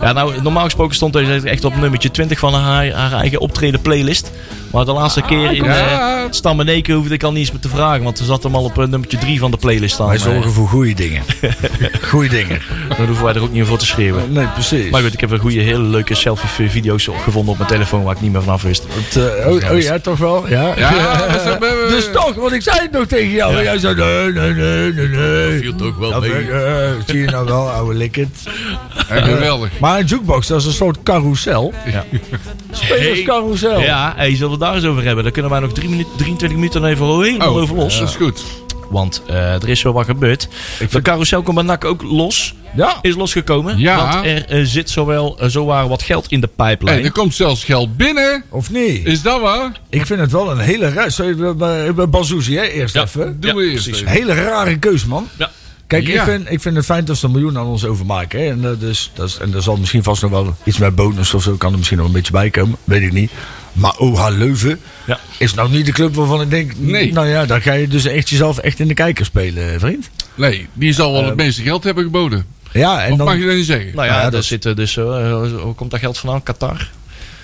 [SPEAKER 2] Ja, nou, normaal gesproken stond deze echt op nummertje 20 van haar, haar eigen optreden playlist. Maar de laatste keer in
[SPEAKER 4] Ah, kom
[SPEAKER 2] eh,
[SPEAKER 4] maar.
[SPEAKER 2] Stam en Eken hoefde ik al niet eens meer te vragen. Want ze zat hem al op eh, nummertje 3 van de playlist staan.
[SPEAKER 3] Wij
[SPEAKER 2] Eh,
[SPEAKER 3] zorgen voor goede dingen. goede dingen.
[SPEAKER 2] Dan hoeven wij er ook niet meer voor te schreeuwen.
[SPEAKER 3] Nee, precies.
[SPEAKER 2] Maar goed, ik heb een goede, hele leuke selfie-video's gevonden op mijn telefoon waar ik niet meer vanaf wist.
[SPEAKER 3] Het, eh, oh, oh ja, toch wel? Ja.
[SPEAKER 4] Ja, we zijn- we- we-
[SPEAKER 3] Dus toch, want ik zei het nog tegen jou. En jij zei, nee, nee, nee, nee, nee. Dat viel toch wel mee. zie je nou wel, ouwe likkert.
[SPEAKER 4] Ja, geweldig.
[SPEAKER 3] Maar een jukebox, dat is een soort carousel.
[SPEAKER 2] Ja.
[SPEAKER 3] Spelerscarousel.
[SPEAKER 4] Oh.
[SPEAKER 2] Ja, hey, zullen we het daar eens over hebben? Dan kunnen wij nog drie minuten, 23 minuten even helemaal
[SPEAKER 4] Oh,
[SPEAKER 2] over los.
[SPEAKER 4] dat is goed.
[SPEAKER 2] Want eh, er is wel wat gebeurd. De carousel komt bij NAC ook los.
[SPEAKER 3] Ja.
[SPEAKER 2] Is losgekomen.
[SPEAKER 4] Ja.
[SPEAKER 2] Want er eh, zit zowel, eh, zowaar wat geld in de pijplijn.
[SPEAKER 4] Hey, er komt zelfs geld binnen.
[SPEAKER 3] Of niet?
[SPEAKER 4] Is dat waar?
[SPEAKER 3] Ik vind het wel een hele raar... Sorry, bij- bij Bazouzi, hè, eerst
[SPEAKER 2] Ja.
[SPEAKER 3] even.
[SPEAKER 4] Doe
[SPEAKER 2] Ja,
[SPEAKER 4] we eerst
[SPEAKER 2] precies.
[SPEAKER 4] even.
[SPEAKER 3] Hele rare keus, man.
[SPEAKER 2] Ja.
[SPEAKER 3] Kijk,
[SPEAKER 4] Ja.
[SPEAKER 3] ik, vind, ik vind het fijn dat ze een miljoen aan ons overmaken. Hè? En, eh, dus, dat is, en er zal misschien vast nog wel iets met bonus of zo. Kan er misschien nog een beetje bij komen. Weet ik niet. Maar OH Leuven
[SPEAKER 2] Ja.
[SPEAKER 3] is nou niet de club waarvan ik denk...
[SPEAKER 4] Nee.
[SPEAKER 3] Nou ja, daar ga je dus echt jezelf echt in de kijker spelen, eh, vriend.
[SPEAKER 4] Nee, die zal wel het meeste geld hebben geboden.
[SPEAKER 3] Ja, en
[SPEAKER 4] Of
[SPEAKER 3] Eh, dan...
[SPEAKER 4] mag je dat niet zeggen?
[SPEAKER 2] Nou ja,
[SPEAKER 3] Ja,
[SPEAKER 2] daar
[SPEAKER 3] dat is-
[SPEAKER 2] eh, zitten dus, eh, hoe komt dat geld vandaan? Qatar?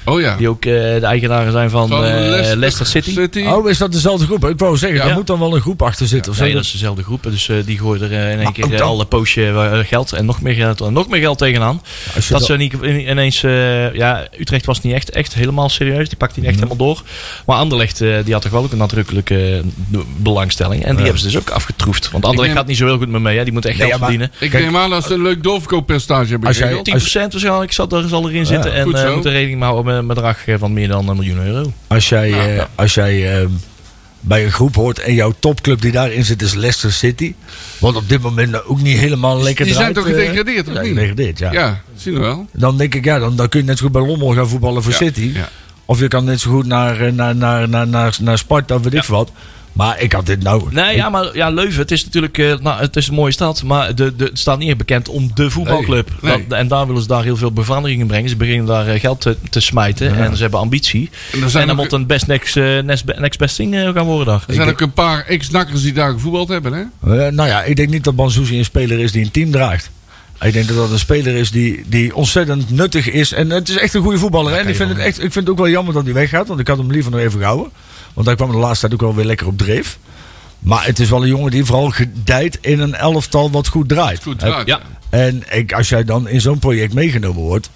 [SPEAKER 4] Oh ja.
[SPEAKER 2] Die ook eh, de eigenaren zijn van,
[SPEAKER 4] Van
[SPEAKER 2] eh,
[SPEAKER 4] Leicester
[SPEAKER 2] Leicester, City.
[SPEAKER 3] Oh, is dat dezelfde groep? Ik wou zeggen, daar
[SPEAKER 2] Ja.
[SPEAKER 3] moet dan wel een groep achter zitten. of zo.
[SPEAKER 2] Nee, dat is dezelfde groep. Dus eh, die gooien er eh, in één
[SPEAKER 3] Maar ook
[SPEAKER 2] keer eh,
[SPEAKER 3] dan-
[SPEAKER 2] alle poosje eh, geld en nog meer geld, en nog meer geld tegenaan.
[SPEAKER 3] Als je
[SPEAKER 2] Dat
[SPEAKER 3] dat-
[SPEAKER 2] ze niet in- ineens... eh, ja, Utrecht was niet echt, echt helemaal serieus. Die pakte niet echt helemaal door. Maar Anderlecht eh, die had toch wel ook een nadrukkelijke eh, be- belangstelling. En die hebben ze dus ook afgetroefd. Want Anderlecht
[SPEAKER 4] neem-
[SPEAKER 2] gaat niet zo heel goed mee mee. Hè. Die moet echt
[SPEAKER 3] Nee,
[SPEAKER 2] geld
[SPEAKER 3] ja, maar-
[SPEAKER 2] verdienen.
[SPEAKER 4] Ik
[SPEAKER 3] Kijk.
[SPEAKER 4] neem aan dat ze een leuk doorverkooppercentage hebben
[SPEAKER 3] Als jij-
[SPEAKER 4] geregeld.
[SPEAKER 2] 10% waarschijnlijk zal, daar zal erin zitten. En
[SPEAKER 4] goed
[SPEAKER 2] eh
[SPEAKER 4] zo.
[SPEAKER 2] moet er rekening mee houden met een bedrag eh, van meer dan een miljoen euro.
[SPEAKER 3] Als jij,
[SPEAKER 4] Nou,
[SPEAKER 3] eh,
[SPEAKER 4] ja.
[SPEAKER 3] als jij ehm, bij een groep hoort en jouw topclub die daarin zit is Leicester City. Wat op dit moment nou ook niet helemaal lekker
[SPEAKER 4] die zijn
[SPEAKER 3] draait,
[SPEAKER 4] toch
[SPEAKER 3] eh,
[SPEAKER 4] gedegradeerd, of
[SPEAKER 3] zijn
[SPEAKER 4] niet?
[SPEAKER 3] gedegradeerd, ja.
[SPEAKER 4] Ja, zien we wel.
[SPEAKER 3] Dan denk ik, ja, dan, dan kun je net zo goed bij Lommel gaan voetballen voor
[SPEAKER 4] Ja,
[SPEAKER 3] City.
[SPEAKER 4] ja.
[SPEAKER 3] Of je kan net zo goed naar, eh, naar, naar, naar, naar, naar Sparta, weet ik veel wat. Maar ik had dit nou...
[SPEAKER 2] Nee, ja, maar ja, Leuven, het is natuurlijk eh, nou, het is een mooie stad, maar de, de, het staat niet echt bekend om de voetbalclub.
[SPEAKER 4] Nee, nee.
[SPEAKER 2] Dat- en daar willen ze daar heel veel bevorderingen brengen. Ze beginnen daar eh, geld te, te smijten en ze hebben ambitie.
[SPEAKER 4] En
[SPEAKER 2] En,
[SPEAKER 4] er zijn
[SPEAKER 2] dan
[SPEAKER 4] ook-
[SPEAKER 2] moet een best next, eh, next, be- next best thing eh, gaan worden daar.
[SPEAKER 4] Er zijn ook een paar ex-nakkers die daar gevoetbald hebben, hè?
[SPEAKER 3] Eh, nou ja, ik denk niet dat Banzuzi een speler is die een team draagt. Ik denk dat dat een speler is die, die ontzettend nuttig is. En het is echt een goede voetballer. hè. en ik vind, het echt, ik vind het ook wel jammer dat hij weggaat. Want ik had hem liever nog even gehouden. Want hij kwam de laatste tijd ook wel weer lekker op dreef. Maar het is wel een jongen die vooral gedijt in een elftal wat goed draait.
[SPEAKER 4] Goed, ja.
[SPEAKER 2] ja.
[SPEAKER 3] En ik, als jij dan in zo'n project meegenomen wordt...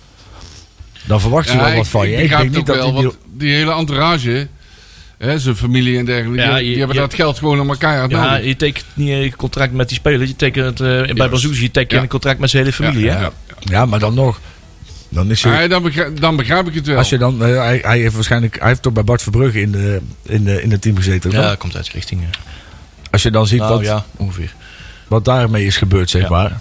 [SPEAKER 3] dan verwacht je
[SPEAKER 4] Ja,
[SPEAKER 3] wel wat van je. Ik,
[SPEAKER 4] begrijp
[SPEAKER 3] denk
[SPEAKER 4] het
[SPEAKER 3] niet
[SPEAKER 4] ook
[SPEAKER 3] dat
[SPEAKER 4] wel,
[SPEAKER 3] hij...
[SPEAKER 4] want die hele entourage, hè, zijn familie en dergelijke,
[SPEAKER 2] Ja,
[SPEAKER 4] die,
[SPEAKER 2] je-
[SPEAKER 4] hebben
[SPEAKER 2] je-
[SPEAKER 4] dat geld gewoon aan elkaar
[SPEAKER 2] Ja,
[SPEAKER 4] nodig.
[SPEAKER 2] je tekent niet eh, een contract met die speler. Je tekent, eh, bij Bazouzi je tekent
[SPEAKER 4] Ja.
[SPEAKER 2] een contract met zijn hele familie.
[SPEAKER 4] Ja,
[SPEAKER 2] hè?
[SPEAKER 4] ja.
[SPEAKER 3] Ja, maar dan nog. Dan is hij
[SPEAKER 4] Ah, dan, begrijp, dan begrijp ik het wel.
[SPEAKER 3] Als je dan, eh, hij, hij heeft waarschijnlijk, hij heeft toch bij Bart Verbrugge in, de, in, de, in het team gezeten.
[SPEAKER 2] Ja,
[SPEAKER 3] Ja.
[SPEAKER 2] dat komt uit richting. eh,
[SPEAKER 3] Als je dan ziet
[SPEAKER 2] nou
[SPEAKER 3] wat,
[SPEAKER 2] ja, ongeveer.
[SPEAKER 3] wat daarmee is gebeurd, zeg
[SPEAKER 2] Ja.
[SPEAKER 3] maar.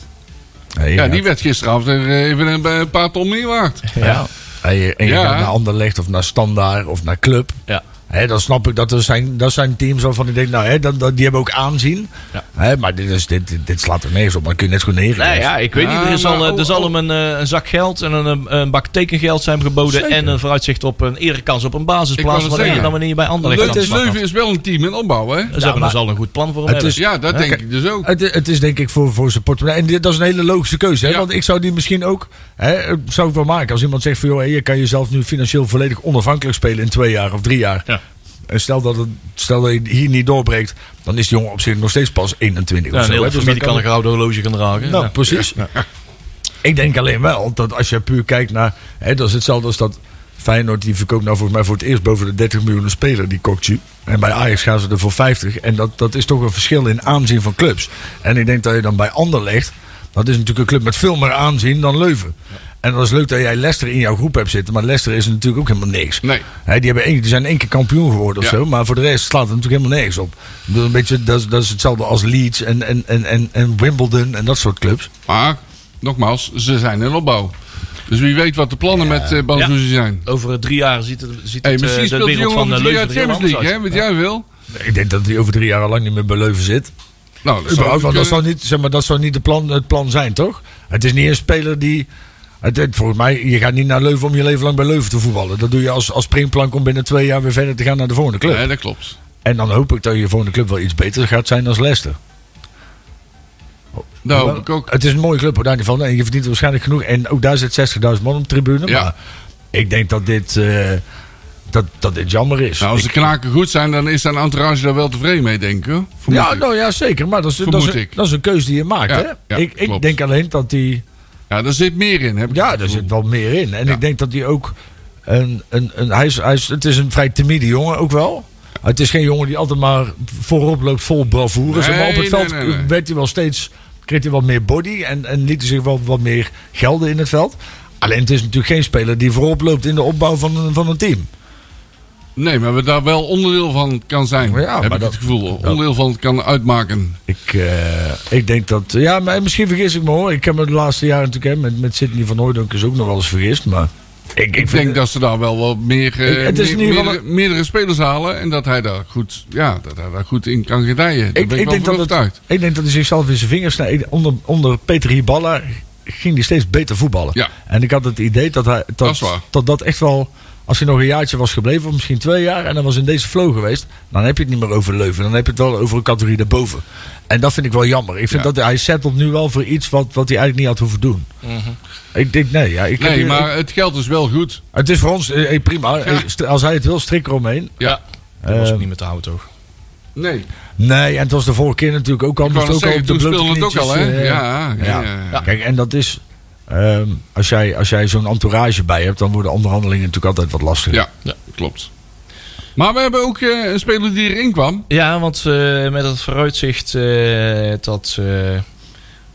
[SPEAKER 3] Hey,
[SPEAKER 4] ja, die werd gisteravond er, eh, even een, een paar ton meer waard.
[SPEAKER 2] Ja.
[SPEAKER 3] Hey, en je
[SPEAKER 4] Ja.
[SPEAKER 3] gaat eh, naar Anderlecht of naar Standaard of naar Club.
[SPEAKER 2] Ja.
[SPEAKER 3] Hè, dan snap ik dat er zijn, dat zijn teams waarvan ik denk, nou, hè, dan, dan- die hebben ook aanzien.
[SPEAKER 2] Ja.
[SPEAKER 3] Hè, maar dit, is, dit, dit, dit slaat er nergens op. Maar dan kun je net goed neer.
[SPEAKER 2] Nee, ja, ik weet
[SPEAKER 4] Ja,
[SPEAKER 2] niet. Er, is
[SPEAKER 4] maar-
[SPEAKER 2] al, eh, er zal hem een, eh, een zak geld en een, eh, een bak tekengeld zijn geboden.
[SPEAKER 3] Zeker.
[SPEAKER 2] En een vooruitzicht op een erekans op een
[SPEAKER 4] Ik wou
[SPEAKER 2] basisplaats.
[SPEAKER 4] het
[SPEAKER 2] Wanneer je
[SPEAKER 4] zeggen.
[SPEAKER 2] dan wanneer je bij Anderlecht aan
[SPEAKER 4] Leuven
[SPEAKER 2] de
[SPEAKER 4] is,
[SPEAKER 2] slag gaat.
[SPEAKER 4] Leuven is wel een team in opbouw, hè?
[SPEAKER 2] Ze Dus hebben dus al een goed plan voor
[SPEAKER 3] Het
[SPEAKER 2] hem. hebben.
[SPEAKER 3] is-
[SPEAKER 4] Ja, dat denk ik dus ook.
[SPEAKER 3] Het, i- het is denk ik voor, voor zijn portemonnee. En dit, dat is een hele logische keuze. Hè?
[SPEAKER 4] Ja.
[SPEAKER 3] Want ik zou die misschien ook. Hè, zou ik wel maken. Als iemand zegt van joh, hé, je kan jezelf nu financieel volledig onafhankelijk spelen in twee jaar of drie jaar.
[SPEAKER 2] Ja.
[SPEAKER 3] En stel dat, het, stel dat je hier niet doorbreekt, dan is die jongen op zich nog steeds pas 21 of
[SPEAKER 2] Ja, een
[SPEAKER 3] zo. hè.
[SPEAKER 2] hele
[SPEAKER 3] Dus dan
[SPEAKER 2] familie kan een
[SPEAKER 3] het-
[SPEAKER 2] gouden horloge gaan dragen.
[SPEAKER 3] Nou,
[SPEAKER 2] Ja.
[SPEAKER 3] precies. Ik denk alleen wel dat als je puur kijkt naar. Hè, dat is hetzelfde als dat Feyenoord die verkoopt nou volgens mij voor het eerst boven de 30 miljoen een speler die Kokju. En bij Ajax gaan ze er voor 50. En dat, dat is toch een verschil in aanzien van clubs. En ik denk dat je dan bij Anderlecht. Dat is natuurlijk een club met veel meer aanzien dan Leuven. En dat is leuk dat jij Leicester in jouw groep hebt zitten. Maar Leicester is natuurlijk ook helemaal niks.
[SPEAKER 4] Nee.
[SPEAKER 3] Hè, die, hebben één, die zijn één keer kampioen geworden of
[SPEAKER 4] Ja.
[SPEAKER 3] zo. Maar voor de rest slaat het natuurlijk helemaal nergens op. Ik bedoel, een beetje, dat, is, dat is hetzelfde als Leeds en, en, en, en, en Wimbledon en dat soort clubs.
[SPEAKER 4] Maar, nogmaals, ze zijn in opbouw. Dus wie weet wat de plannen met eh Banzuzi zijn.
[SPEAKER 2] Over drie jaar ziet, het, ziet
[SPEAKER 4] Hey,
[SPEAKER 2] het, eh,
[SPEAKER 4] misschien
[SPEAKER 2] de
[SPEAKER 4] speelt die
[SPEAKER 2] wereld
[SPEAKER 4] jongen
[SPEAKER 2] van
[SPEAKER 4] over
[SPEAKER 2] eh,
[SPEAKER 4] drie
[SPEAKER 2] Leuven
[SPEAKER 4] jaar
[SPEAKER 2] er helemaal
[SPEAKER 4] Champions League,
[SPEAKER 2] anders
[SPEAKER 4] hè? Wat jij wil?
[SPEAKER 3] Ik denk dat hij over drie jaar al lang niet meer bij Leuven zit.
[SPEAKER 4] Nou, dat zou
[SPEAKER 3] Überhaupt, want dat
[SPEAKER 4] kunnen.
[SPEAKER 3] zou niet, zeg maar, dat zou niet de plan, het plan zijn, toch? Het is niet een speler die... Het, het- volgens mij, je gaat niet naar Leuven om je leven lang bij Leuven te voetballen. Dat doe je als, als springplank om binnen twee jaar weer verder te gaan naar de volgende club.
[SPEAKER 4] Nee, dat klopt.
[SPEAKER 3] En dan hoop ik dat je volgende club wel iets beter gaat zijn dan Leicester.
[SPEAKER 4] Dat hoop Nou, ik ook.
[SPEAKER 3] Het is een mooie club, hoor, daar niet van. En je verdient waarschijnlijk genoeg. En ook daar zit 60.000 man op de tribune.
[SPEAKER 4] Ja.
[SPEAKER 3] Maar ik denk dat dit, eh, dat, dat dit jammer is.
[SPEAKER 4] Nou, als de
[SPEAKER 3] Ik-
[SPEAKER 4] knaken goed zijn, dan is zijn entourage daar wel tevreden mee, denk ik. hoor. Vermoed
[SPEAKER 3] ja,
[SPEAKER 4] ik.
[SPEAKER 3] nou ja, zeker. Maar dat is, dat
[SPEAKER 4] Vermoed
[SPEAKER 3] is, een,
[SPEAKER 4] ik.
[SPEAKER 3] dat is een keuze die je maakt.
[SPEAKER 4] Ja,
[SPEAKER 3] hè?
[SPEAKER 4] ja,
[SPEAKER 3] ik ik
[SPEAKER 4] klopt.
[SPEAKER 3] denk alleen dat die...
[SPEAKER 4] ja, daar zit meer in, heb ik
[SPEAKER 3] Ja,
[SPEAKER 4] het
[SPEAKER 3] daar
[SPEAKER 4] gevoel.
[SPEAKER 3] zit wel meer in. En
[SPEAKER 4] Ja.
[SPEAKER 3] ik denk dat hij ook... Een, een, een, hij is, hij is, het is een vrij timide jongen ook wel. Het is geen jongen die altijd maar voorop loopt vol bravoure. zeg maar op
[SPEAKER 4] Nee,
[SPEAKER 3] het veld
[SPEAKER 4] nee, nee, nee.
[SPEAKER 3] werd hij wel steeds... Kreeg hij wat meer body en, en liet hij zich wel wat meer gelden in het veld. Alleen het is natuurlijk geen speler die voorop loopt in de opbouw van een, van een team.
[SPEAKER 4] Nee, maar we daar wel onderdeel van kan zijn,
[SPEAKER 3] Maar ja,
[SPEAKER 4] heb
[SPEAKER 3] maar
[SPEAKER 4] ik
[SPEAKER 3] dat-
[SPEAKER 4] het gevoel. Onderdeel van kan uitmaken.
[SPEAKER 3] Ik, eh, ik denk dat... Ja, maar misschien vergis ik me hoor. Ik heb me de laatste jaren natuurlijk hè, met, met Sidney van Hooydonk is ook nog wel eens vergist. Maar ik, ik,
[SPEAKER 4] Ik
[SPEAKER 3] vind-
[SPEAKER 4] denk dat ze daar wel wat meer, eh,
[SPEAKER 3] Ik- het is in
[SPEAKER 4] meer-
[SPEAKER 3] ieder geval
[SPEAKER 4] meerdere, meerdere spelers halen. En dat hij daar goed, ja, dat hij daar goed in kan gedijen. Daar
[SPEAKER 3] Ik,
[SPEAKER 4] ben
[SPEAKER 3] ik,
[SPEAKER 4] ik, wel
[SPEAKER 3] denk
[SPEAKER 4] van
[SPEAKER 3] dat het,
[SPEAKER 4] overtuigd.
[SPEAKER 3] ik denk dat hij zichzelf in zijn vingers snijdt. Onder, onder Peter Hiballa ging hij steeds beter voetballen.
[SPEAKER 4] Ja.
[SPEAKER 3] En ik had het idee dat hij, dat,
[SPEAKER 4] Dat is waar.
[SPEAKER 3] dat, dat echt wel Als je nog een jaartje was gebleven, of misschien twee jaar, en dan was in deze flow geweest, dan heb je het niet meer over Leuven. Dan heb je het wel over een categorie daarboven. En dat vind ik wel jammer. Ik vind
[SPEAKER 4] Ja.
[SPEAKER 3] dat hij settelt nu wel voor iets wat, wat hij eigenlijk niet had hoeven doen. Ik denk, nee, ja, eh, ik heb
[SPEAKER 4] Mhm. Nee,
[SPEAKER 3] hier-
[SPEAKER 4] maar het geld is wel goed.
[SPEAKER 3] het is voor ons eh, eh, prima. Eh, st- Als hij het wil, strik eromheen.
[SPEAKER 4] Ja.
[SPEAKER 2] Dat was
[SPEAKER 3] Eh,
[SPEAKER 2] ook niet met de houden, toch?
[SPEAKER 4] Nee.
[SPEAKER 3] Nee, en het was de vorige keer natuurlijk ook al.
[SPEAKER 4] Ik
[SPEAKER 3] moest
[SPEAKER 4] wou net
[SPEAKER 3] ook al
[SPEAKER 4] zeggen,
[SPEAKER 3] op de
[SPEAKER 4] toen
[SPEAKER 3] blote
[SPEAKER 4] speelde het ook al,
[SPEAKER 3] knietjes,
[SPEAKER 4] hè?
[SPEAKER 3] eh,
[SPEAKER 4] ja, ja.
[SPEAKER 3] ja.
[SPEAKER 4] ja.
[SPEAKER 3] Kijk, en dat is... ehm, als jij, als jij zo'n entourage bij hebt, dan worden onderhandelingen natuurlijk altijd wat lastiger.
[SPEAKER 4] Ja, klopt. Maar we hebben ook eh, een speler die erin kwam.
[SPEAKER 2] Ja, want eh, met het vooruitzicht eh, dat... eh,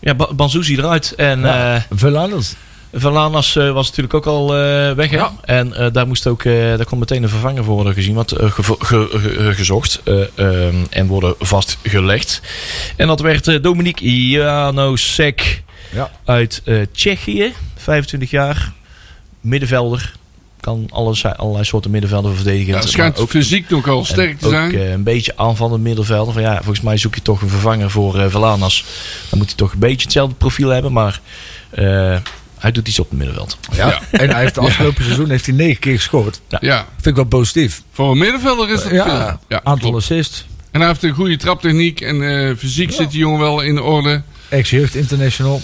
[SPEAKER 2] ja, Ba- Banzuzi eruit en... eh,
[SPEAKER 3] Veel aan het.
[SPEAKER 2] Valanas eh, was natuurlijk ook al eh, weg. Hè?
[SPEAKER 4] Ja.
[SPEAKER 2] En eh, daar, moest ook, eh, daar kon meteen een vervanger voor worden gezien. Wat, eh, gevo- ge- ge- gezocht eh, ehm, en worden vastgelegd. En dat werd eh, Dominique Janosek
[SPEAKER 3] Ja.
[SPEAKER 2] uit eh, Tsjechië. 25 jaar. Middenvelder. Kan alles, allerlei soorten middenvelden verdedigen.
[SPEAKER 4] Ja,
[SPEAKER 2] Maar
[SPEAKER 4] schijnt
[SPEAKER 2] ook-
[SPEAKER 4] fysiek nog wel
[SPEAKER 2] en
[SPEAKER 4] sterk te zijn.
[SPEAKER 2] Ook eh, een beetje aanvallend middenvelder. Van ja, volgens mij zoek je toch een vervanger voor eh Valanas. Dan moet hij toch een beetje hetzelfde profiel hebben. Maar eh, hij doet iets op het middenveld.
[SPEAKER 3] Ja.
[SPEAKER 4] Ja.
[SPEAKER 3] En hij heeft de afgelopen seizoen heeft hij negen keer gescoord.
[SPEAKER 4] ja,
[SPEAKER 3] Vind ik wel positief.
[SPEAKER 4] voor een middenvelder is dat
[SPEAKER 3] Ja,
[SPEAKER 4] veel. Ja,
[SPEAKER 3] aantal
[SPEAKER 4] klopt.
[SPEAKER 3] assists.
[SPEAKER 4] En hij heeft een goede traptechniek en eh, fysiek zit die jongen wel in orde.
[SPEAKER 3] Ex-jeugd international.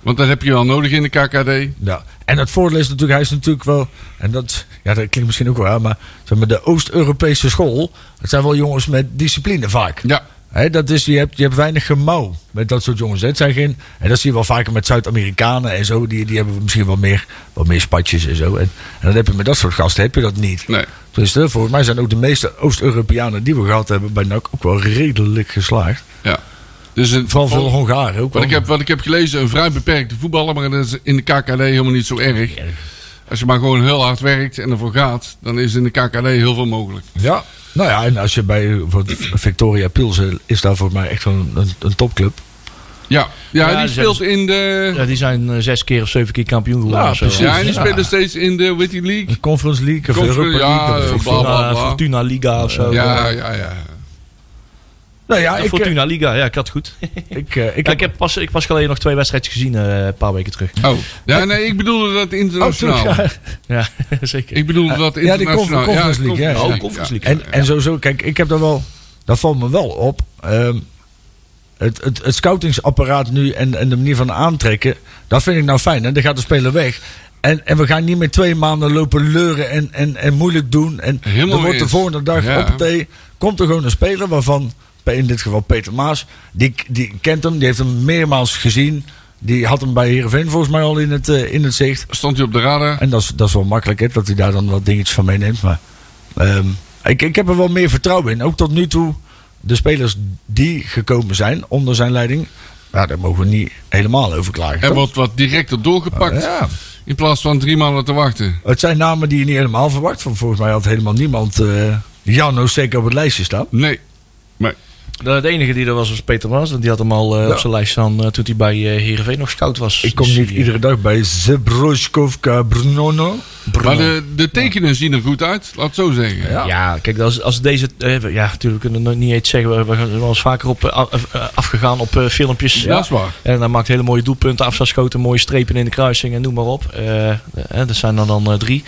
[SPEAKER 4] Want dat heb je wel nodig in de KKD.
[SPEAKER 3] Ja. En het voordeel is natuurlijk, hij is natuurlijk wel... En dat, ja, dat klinkt misschien ook wel aan, maar, zeg maar de Oost-Europese school... Het zijn wel jongens met discipline vaak.
[SPEAKER 4] Ja,
[SPEAKER 3] Hè, dat is, je, hebt, je hebt weinig gemouw met dat soort jongens. hè. Het zijn geen, en dat zie je wel vaker met Zuid-Amerikanen en zo. Die, die hebben misschien wel meer, wat meer spatjes en zo. En, en dan heb je met dat soort gasten heb je dat niet.
[SPEAKER 4] nee.
[SPEAKER 3] Dus eh, volgens mij zijn ook de meeste Oost-Europeanen die we gehad hebben bij NAC ook wel redelijk geslaagd.
[SPEAKER 4] Ja. Dus een,
[SPEAKER 3] Vooral veel
[SPEAKER 4] wat,
[SPEAKER 3] Hongaren ook wel.
[SPEAKER 4] ik heb, wat ik heb gelezen, een vrij beperkte voetballer. Maar dat is in de KKD helemaal niet zo erg. Als je maar gewoon heel hard werkt en ervoor gaat, dan is in de KKD heel veel mogelijk.
[SPEAKER 3] Ja. Nou ja, en als je bij eh, wat Victoria Pilsen is daar volgens mij echt gewoon een, een topclub.
[SPEAKER 4] Ja, ja,
[SPEAKER 2] Ja,
[SPEAKER 4] die
[SPEAKER 2] ze
[SPEAKER 4] speelt in de...
[SPEAKER 2] Ja, die zijn eh, zes keer of zeven keer kampioen geworden.
[SPEAKER 3] Ja,
[SPEAKER 2] of zo.
[SPEAKER 3] precies.
[SPEAKER 4] Ja, en die
[SPEAKER 3] Ja.
[SPEAKER 4] spelen steeds in de Witty League.
[SPEAKER 3] Een Conference League of
[SPEAKER 4] Conference-
[SPEAKER 3] Europa
[SPEAKER 4] ja,
[SPEAKER 3] League. of
[SPEAKER 4] eh,
[SPEAKER 3] Fortuna.
[SPEAKER 4] bla, bla,
[SPEAKER 2] Fortuna,
[SPEAKER 4] bla.
[SPEAKER 2] Fortuna Liga of zo.
[SPEAKER 4] Ja, ja, ja.
[SPEAKER 3] Nou ja,
[SPEAKER 2] Eh,
[SPEAKER 3] ik, eh,
[SPEAKER 2] Fortuna Liga, ja, ik had het goed. Ja,
[SPEAKER 3] ik, eh, ik
[SPEAKER 2] ik, heb pas, ik pas geleden nog twee wedstrijdjes gezien, eh, een paar weken terug.
[SPEAKER 4] Oh, ja, nee, ik bedoelde dat internationaal.
[SPEAKER 3] Oh, sorry, ja.
[SPEAKER 2] Ja, zeker.
[SPEAKER 4] Ik bedoelde dat
[SPEAKER 3] Ja, die Confer-
[SPEAKER 4] internationaal.
[SPEAKER 3] Conference League, ja.
[SPEAKER 2] oh,
[SPEAKER 3] ja.
[SPEAKER 2] Conference League.
[SPEAKER 3] En, en sowieso, kijk, ik heb daar wel. Dat valt me wel op. Ehm, het, het, het scoutingsapparaat nu en, en de manier van aantrekken. Dat vind ik nou fijn. Hè? Dan gaat de speler weg. En, en we gaan niet meer twee maanden lopen leuren en, en, en moeilijk doen. En
[SPEAKER 4] Helemaal
[SPEAKER 3] dan wordt
[SPEAKER 4] eens.
[SPEAKER 3] de volgende dag
[SPEAKER 4] Ja.
[SPEAKER 3] op het thee. Komt er gewoon een speler waarvan, in dit geval Peter Maas, die, die kent hem, die heeft hem meermaals gezien. Die had hem bij Heerenveen volgens mij al in het, eh, in het zicht.
[SPEAKER 4] Stond hij op de radar?
[SPEAKER 3] En dat is, dat is wel makkelijk, hè, dat hij daar dan wat dingetjes van meeneemt. Maar ehm, ik, ik heb er wel meer vertrouwen in. Ook tot nu toe, de spelers die gekomen zijn onder zijn leiding, ja, daar mogen we niet helemaal over klagen.
[SPEAKER 4] Er
[SPEAKER 3] toch?
[SPEAKER 4] wordt wat directer doorgepakt.
[SPEAKER 3] Ja.
[SPEAKER 4] In plaats van drie maanden te wachten.
[SPEAKER 3] Het zijn namen die je niet helemaal verwacht. Want volgens mij had helemaal niemand eh Jan Osek op het lijstje staan.
[SPEAKER 4] Nee.
[SPEAKER 2] De, de enige die er was was Peter Maas. want Die had hem al eh,
[SPEAKER 3] Ja.
[SPEAKER 2] op zijn lijst staan eh, toen hij bij eh Heerenveen nog scout was.
[SPEAKER 3] Ik kom
[SPEAKER 2] Dus
[SPEAKER 3] niet
[SPEAKER 2] die,
[SPEAKER 3] iedere dag bij Zebrojkovka Brunono.
[SPEAKER 4] Maar de, de tekenen zien er goed uit, laat het zo zeggen.
[SPEAKER 2] Ja. kijk, als, als deze... eh, we- ja, natuurlijk kunnen we nog niet eens zeggen. We, we zijn wel eens vaker op, eh, af- eh, afgegaan op eh, filmpjes.
[SPEAKER 4] Dat is waar.
[SPEAKER 2] En hij maakt hele mooie doelpunten, afstandsschoten, mooie strepen in de kruising en noem maar op. Eh, eh, dat zijn er dan eh, drie.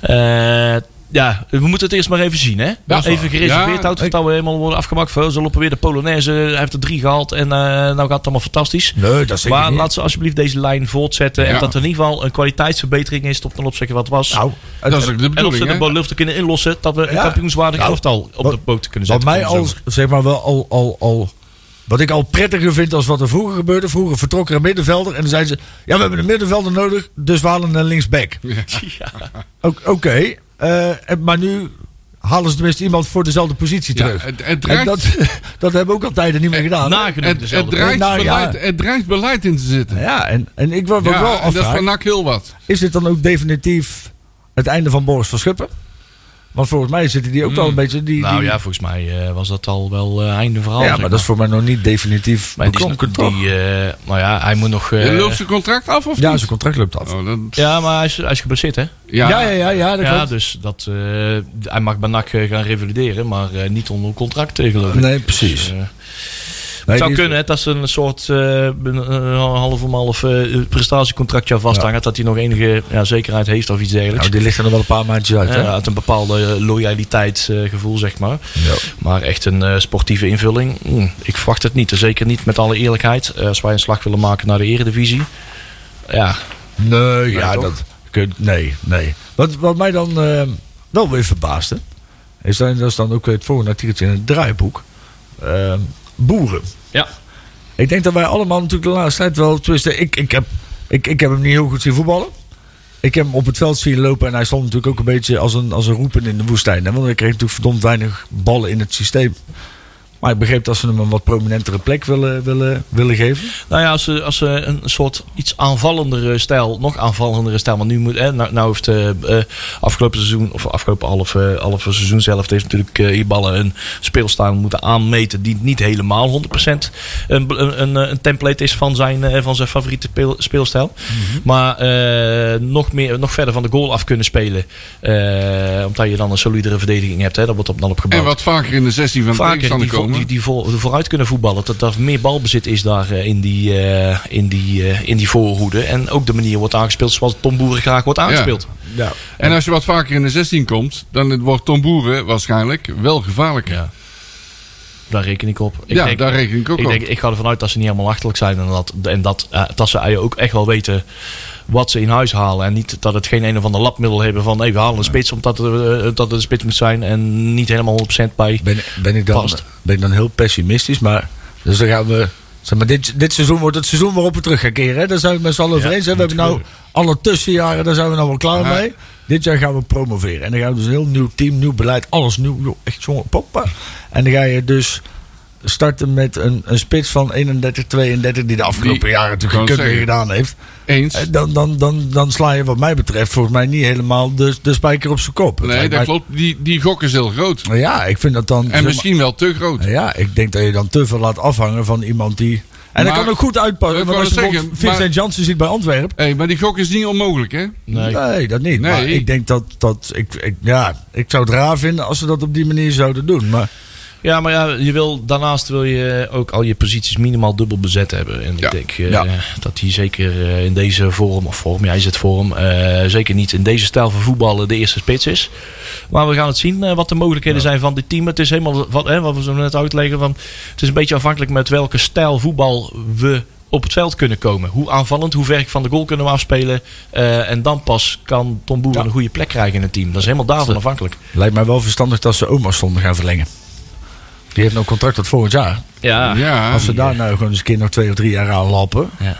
[SPEAKER 2] Eh, ja, we moeten het eerst maar even zien, hè?
[SPEAKER 4] Dat is waar.
[SPEAKER 2] even gereserveerd
[SPEAKER 4] Ja,
[SPEAKER 2] houden, voordat we helemaal worden afgemakt. Van, oh, ze lopen weer de Polonaise, hij heeft er drie gehaald en eh, nou gaat het allemaal fantastisch.
[SPEAKER 3] Nee, dat is zeker
[SPEAKER 2] Maar
[SPEAKER 3] niet.
[SPEAKER 2] laat ze alsjeblieft deze lijn voortzetten.
[SPEAKER 4] Ja.
[SPEAKER 2] En dat er in ieder geval een kwaliteitsverbetering is ten opzichte van wat was.
[SPEAKER 3] Nou, het-
[SPEAKER 4] Dat is ook de
[SPEAKER 2] en of ze
[SPEAKER 4] bedoeling,
[SPEAKER 2] de
[SPEAKER 4] hè?
[SPEAKER 2] lucht te kunnen inlossen. Dat we een
[SPEAKER 3] Ja.
[SPEAKER 2] kampioenswaardig
[SPEAKER 3] Nou,
[SPEAKER 2] elftal op
[SPEAKER 3] wat-
[SPEAKER 2] de boot kunnen
[SPEAKER 3] Wat
[SPEAKER 2] zetten.
[SPEAKER 3] mij
[SPEAKER 2] komende
[SPEAKER 3] al,
[SPEAKER 2] zomer.
[SPEAKER 3] zeg maar wel al, al, al. Wat ik al prettiger vind als wat er vroeger gebeurde. Vroeger vertrok er een middenvelder. En dan zeiden ze: Ja, we hebben een middenvelder nodig. Dus we halen een linksback. Ook- Oké. eh, en- maar nu halen ze tenminste iemand voor dezelfde positie
[SPEAKER 4] Ja,
[SPEAKER 3] terug.
[SPEAKER 4] het, Eh, nou- het
[SPEAKER 3] En
[SPEAKER 4] dreigt,
[SPEAKER 3] dat, dat hebben we ook al tijden niet meer gedaan.
[SPEAKER 2] Nagenoeg
[SPEAKER 4] Ah, het, het,
[SPEAKER 2] dezelfde
[SPEAKER 4] dreigt
[SPEAKER 3] Nou, ja.
[SPEAKER 4] beleid, het dreigt beleid in te zitten.
[SPEAKER 3] Nou ja, en, en ik wil
[SPEAKER 4] Ja,
[SPEAKER 3] wel
[SPEAKER 4] en dat is
[SPEAKER 3] afvragen.
[SPEAKER 4] van NAC heel wat.
[SPEAKER 3] Is dit dan ook definitief het einde van Boris van Schuppen? Want volgens mij zitten die ook al een
[SPEAKER 4] Hmm.
[SPEAKER 3] beetje. Die,
[SPEAKER 2] Nou
[SPEAKER 3] die-
[SPEAKER 2] ja, volgens mij eh, was dat al wel eh, einde verhaal.
[SPEAKER 3] Ja,
[SPEAKER 2] zeg
[SPEAKER 3] maar dat is voor mij nog niet definitief
[SPEAKER 2] Maar die, is-
[SPEAKER 3] beklonken,
[SPEAKER 2] die,
[SPEAKER 3] toch?
[SPEAKER 2] eh, nou ja, hij moet nog. eh,
[SPEAKER 4] Je loopt zijn contract af of
[SPEAKER 3] ja,
[SPEAKER 4] niet?
[SPEAKER 3] zijn contract loopt af.
[SPEAKER 4] Oh, dat,
[SPEAKER 2] ja, maar hij is, hij is geblesseerd, hè?
[SPEAKER 4] ja.
[SPEAKER 3] ja, ja, ja, dat
[SPEAKER 2] ja,
[SPEAKER 3] klopt.
[SPEAKER 2] dus dat, eh, hij mag bij NAC eh, gaan revalideren, maar eh, niet onder contract eh, geloof ik.
[SPEAKER 3] Nee, precies.
[SPEAKER 2] Dus, eh,
[SPEAKER 3] Nee,
[SPEAKER 2] zou
[SPEAKER 3] die-
[SPEAKER 2] kunnen hè, dat ze een soort eh, een, een half om half eh, prestatiecontractje aan vasthangen. Dat hij nog enige ja, zekerheid heeft of iets dergelijks.
[SPEAKER 3] Nou, die ligt er nog wel een paar maandjes uit.
[SPEAKER 2] Ja,
[SPEAKER 3] hè?
[SPEAKER 2] uit een bepaalde eh, loyaliteitsgevoel, zeg maar.
[SPEAKER 3] Ja.
[SPEAKER 2] Maar echt een eh, sportieve invulling, hm, ik verwacht het niet. Zeker niet met alle eerlijkheid. Eh, als wij een slag willen maken naar de eredivisie. Ja,
[SPEAKER 3] Nee, ja,
[SPEAKER 2] toch?
[SPEAKER 3] dat. kun- Nee, nee. Wat, wat mij dan eh, wel weer verbaasde. Is dan, dat is dan ook het volgende artikeltje in het draaiboek. eh, boeren.
[SPEAKER 2] ja.
[SPEAKER 3] Ik denk dat wij allemaal natuurlijk de laatste tijd wel. Tenminste, ik, ik, heb, ik, ik heb hem niet heel goed zien voetballen. Ik heb hem op het veld zien lopen en hij stond natuurlijk ook een beetje als een, als een roepen in de woestijn. Hè? Want hij kreeg natuurlijk verdomd weinig ballen in het systeem. Maar ik begreep dat ze hem een wat prominentere plek willen, willen, willen geven.
[SPEAKER 2] Nou ja, als ze, als ze een soort iets aanvallendere stijl, nog aanvallendere stijl. Want nu moet, hè, nou, nou heeft eh, eh, afgelopen seizoen, of afgelopen half, eh, half seizoen zelf, heeft natuurlijk eh Iballa een speelstaan moeten aanmeten die niet helemaal 100% een, een, een, een template is van zijn, eh, van zijn favoriete peel- speelstijl.
[SPEAKER 4] Mhm.
[SPEAKER 2] Maar eh, nog, meer, nog verder van de goal af kunnen spelen. Eh, omdat je dan een solidere verdediging hebt. Hè, dat wordt op, dan opgebouwd
[SPEAKER 4] En wat vaker in de 16 van de
[SPEAKER 2] vaker
[SPEAKER 4] tegenstander
[SPEAKER 2] die, vo-
[SPEAKER 4] komen.
[SPEAKER 2] die, die voor, vooruit kunnen voetballen. Dat er meer balbezit is daar eh, in die, eh, in, die, eh, in die voorhoede. En ook de manier wordt aangespeeld zoals Tom Boeren graag wordt aangespeeld.
[SPEAKER 3] Ja.
[SPEAKER 4] En als je wat vaker in de 16 komt, dan wordt Tom Boeren waarschijnlijk wel gevaarlijker. Ja,
[SPEAKER 2] Daar reken ik op. Ik denk-
[SPEAKER 4] daar reken ik ook
[SPEAKER 2] ik,
[SPEAKER 4] op.
[SPEAKER 2] denk, ik ga ervan uit dat ze niet helemaal achterlijk zijn. En dat, en dat, eh, dat ze eigenlijk ook echt wel weten wat ze in huis halen. En niet dat het geen een of ander labmiddel hebben van... Hey, we halen een spits omdat er, eh, dat het een spits moet zijn. En niet helemaal 100% bij...
[SPEAKER 3] Ben, ben, ik dan,
[SPEAKER 2] Past.
[SPEAKER 3] ben ik dan heel pessimistisch, maar. Dus dan gaan we. Zeg maar, dit, dit seizoen wordt het seizoen waarop we terug gaan keren. Hè? Daar zijn we met z'n allen over eens. hè. We hebben nou alle tussenjaren, daar zijn we nou wel klaar
[SPEAKER 4] Ja.
[SPEAKER 3] mee. Dit jaar gaan we promoveren. En dan gaan we dus een heel nieuw team, nieuw beleid, alles nieuw. Joh, echt jongen, poppa. En dan ga je dus starten met een, een spits van 31, 32, die de afgelopen
[SPEAKER 4] Die-
[SPEAKER 3] jaren
[SPEAKER 4] ik wou
[SPEAKER 3] natuurlijk kut
[SPEAKER 4] zeggen.
[SPEAKER 3] meer gedaan heeft.
[SPEAKER 4] Eens.
[SPEAKER 3] Eh, Dan, dan, dan, dan sla je, wat mij betreft, volgens mij niet helemaal de, de spijker op zijn kop. Het
[SPEAKER 4] Nee,
[SPEAKER 3] lijkt
[SPEAKER 4] dat
[SPEAKER 3] mij-
[SPEAKER 4] klopt. Die, die gok is heel groot.
[SPEAKER 3] Ja, ik vind dat dan. zeg
[SPEAKER 4] En
[SPEAKER 3] maar-
[SPEAKER 4] misschien wel te groot.
[SPEAKER 3] nou Ja, ik denk dat je dan te veel laat afhangen van iemand die. En dat
[SPEAKER 4] Maar-
[SPEAKER 3] kan ook goed
[SPEAKER 4] Ik
[SPEAKER 3] uitpassen. Want
[SPEAKER 4] wou
[SPEAKER 3] als je
[SPEAKER 4] dat zeggen,
[SPEAKER 3] bijvoorbeeld Vincent
[SPEAKER 4] maar-
[SPEAKER 3] Janssen ziet bij Antwerpen.
[SPEAKER 4] Hey, maar die gok is niet onmogelijk, hè?
[SPEAKER 2] Nee.
[SPEAKER 3] Nee. dat niet.
[SPEAKER 4] Nee.
[SPEAKER 3] Maar ik denk dat. dat ik, ik, ja, ik zou het raar vinden als ze dat op die manier zouden doen. Maar
[SPEAKER 2] Ja, maar ja, je wil, daarnaast wil je ook al je posities minimaal dubbel bezet hebben. En
[SPEAKER 4] Ja.
[SPEAKER 2] ik denk eh,
[SPEAKER 3] Ja.
[SPEAKER 2] dat die zeker eh, in deze vorm, of vorm, jij zit vorm, eh, zeker niet in deze stijl van voetballen de eerste spits is. Maar we gaan het zien eh, wat de mogelijkheden zijn van dit team. Het is helemaal wat, hè, wat we zo net uitleggen. Van, het is een beetje afhankelijk met welke stijl voetbal we op het veld kunnen komen. Hoe aanvallend, hoe ver van de goal kunnen we afspelen. eh, en dan pas kan Tom Boer een goede plek krijgen in het team. Dat is helemaal daarvan afhankelijk.
[SPEAKER 3] lijkt mij wel verstandig dat ze oma stonden gaan verlengen. Die heeft nog contract tot volgend jaar.
[SPEAKER 2] Ja,
[SPEAKER 4] Ja.
[SPEAKER 3] Als we daar nou gewoon eens een keer nog twee of drie jaar aan lappen.
[SPEAKER 2] Ja.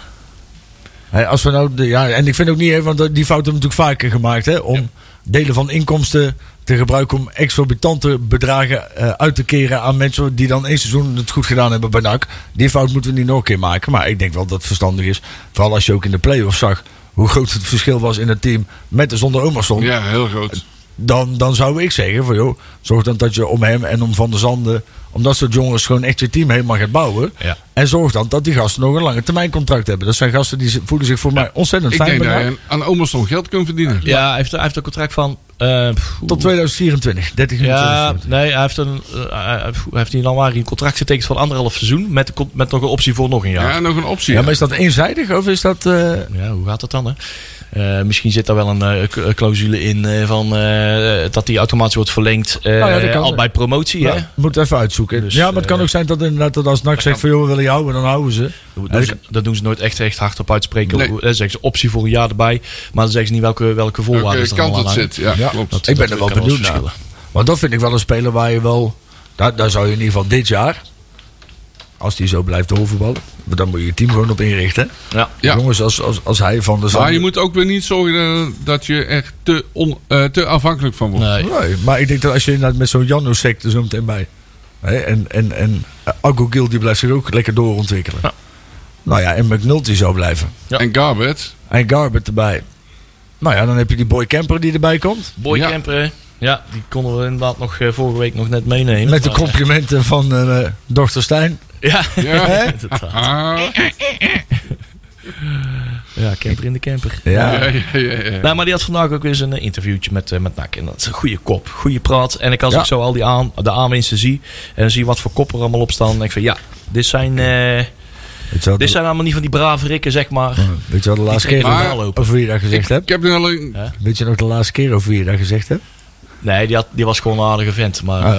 [SPEAKER 3] Hè, als we nou de, ja, en ik vind ook niet, hè, want die fout hebben we natuurlijk vaker gemaakt. Hè, om delen van inkomsten te gebruiken om exorbitante bedragen eh, uit te keren aan mensen die dan één seizoen het goed gedaan hebben bij NAC. Die fout moeten we niet nog een keer maken. Maar ik denk wel dat het verstandig is. Vooral als je ook in de play-offs zag hoe groot het verschil was in het team met en zonder Omerson
[SPEAKER 4] Ja, heel groot.
[SPEAKER 3] dan, dan zou ik zeggen van joh, zorg dan dat je om hem en om Van der Zanden, om dat soort jongens gewoon echt je team helemaal gaat bouwen.
[SPEAKER 2] Ja.
[SPEAKER 3] En zorg dan dat die gasten nog een lange termijn contract hebben. Dat zijn gasten die z- voelen zich voor mij ontzettend
[SPEAKER 4] Ik
[SPEAKER 3] fijn
[SPEAKER 4] denk dat
[SPEAKER 3] benadeeld.
[SPEAKER 4] je aan Omerson geld kunt verdienen.
[SPEAKER 2] ja hij, heeft, hij heeft een contract van... eh,
[SPEAKER 3] Tot 2024, 30 juni
[SPEAKER 2] Ja,
[SPEAKER 3] 2024.
[SPEAKER 2] nee, hij heeft, een, eh, hij hij heeft in januari een contract getekend van anderhalf seizoen. Met, de con- met nog een optie voor nog een
[SPEAKER 4] Ja,
[SPEAKER 2] jaar. Ja,
[SPEAKER 4] nog een optie.
[SPEAKER 3] Ja, maar is dat eenzijdig of is dat... eh,
[SPEAKER 2] hoe gaat dat dan? Hè? Eh, misschien zit daar wel een eh, cl- clausule in eh, van, eh, dat die automatisch wordt verlengd. eh,
[SPEAKER 3] Oh ja, dat kan
[SPEAKER 2] al
[SPEAKER 3] zo.
[SPEAKER 2] bij promotie.
[SPEAKER 3] nou,
[SPEAKER 2] Hè?
[SPEAKER 3] moet even uitzoeken.
[SPEAKER 2] Dus,
[SPEAKER 3] ja, maar het kan
[SPEAKER 2] eh,
[SPEAKER 3] ook zijn dat inderdaad dat als NAC zegt van joh, we willen je houden, dan houden ze.
[SPEAKER 2] Dat, doen ze, dat doen ze nooit echt, echt hardop uitspreken.
[SPEAKER 4] Nee.
[SPEAKER 2] Hoe- eh, zeggen ze optie voor een jaar erbij. Maar dan zeggen ze niet welke, welke
[SPEAKER 4] Welke
[SPEAKER 2] voorwaarden er
[SPEAKER 4] kant
[SPEAKER 2] allemaal
[SPEAKER 4] het
[SPEAKER 2] aan.
[SPEAKER 4] zit. Ja,
[SPEAKER 3] Ja.
[SPEAKER 4] klopt.
[SPEAKER 2] Dat-
[SPEAKER 3] ik ben
[SPEAKER 2] dat
[SPEAKER 3] er wel
[SPEAKER 2] kan wel
[SPEAKER 3] benieuwd naar.
[SPEAKER 2] verschillen.
[SPEAKER 3] Want dat vind ik wel een speler waar je wel... Daar, daar zou je in ieder geval dit jaar... Als die zo blijft doorvoetballen... maar Dan moet je je team gewoon op inrichten.
[SPEAKER 2] Ja.
[SPEAKER 4] Ja.
[SPEAKER 3] Jongens, als, als, als hij van de
[SPEAKER 4] Maar
[SPEAKER 3] zaal...
[SPEAKER 4] je moet ook weer niet zorgen eh, dat je er te, on, eh, te afhankelijk van wordt.
[SPEAKER 2] Nee.
[SPEAKER 3] Nee, maar ik denk dat als je inderdaad met zo'n Janusek er zo meteen bij... Hè, en en, en eh, Agogil die blijft zich ook lekker doorontwikkelen.
[SPEAKER 2] Ja.
[SPEAKER 3] Nou ja, en McNulty zou blijven.
[SPEAKER 2] Ja.
[SPEAKER 4] En Garbert,
[SPEAKER 3] En Garbert erbij. Nou ja, dan heb je die boy Camper die erbij komt.
[SPEAKER 2] Boy
[SPEAKER 4] Ja.
[SPEAKER 2] Kemper, ja, die konden we inderdaad nog eh, vorige week nog net meenemen.
[SPEAKER 3] Met de
[SPEAKER 2] Maar,
[SPEAKER 3] complimenten van eh dochter Stijn.
[SPEAKER 4] Ah,
[SPEAKER 2] eh, Ja,
[SPEAKER 4] Ja.
[SPEAKER 2] inderdaad.
[SPEAKER 4] Ah,
[SPEAKER 2] Ja, camper in de camper.
[SPEAKER 3] Ja.
[SPEAKER 4] Ja, ja, ja, ja.
[SPEAKER 2] Nou, maar die had vandaag ook weer eens een eh, interviewtje met, eh, met NAC. En dat is een goede kop, goede praat. En ik als
[SPEAKER 3] Ja.
[SPEAKER 2] ik zo al die aan, de aanwinsten zie en zie wat voor koppen er allemaal op staan, denk ik van ja, dit zijn, eh,
[SPEAKER 3] Weet je wat,
[SPEAKER 2] dit zijn allemaal niet van die brave rikken, zeg maar.
[SPEAKER 3] weet je wat de laatste keer
[SPEAKER 2] trekken
[SPEAKER 4] maar-
[SPEAKER 3] over, over wie je dat gezegd
[SPEAKER 4] Ik
[SPEAKER 3] hebt?
[SPEAKER 4] heb nu alleen...
[SPEAKER 3] Weet je nog de laatste keer over wie je dat gezegd hebt?
[SPEAKER 2] Nee, die, had, die was gewoon een aardige vent. Maar, eh,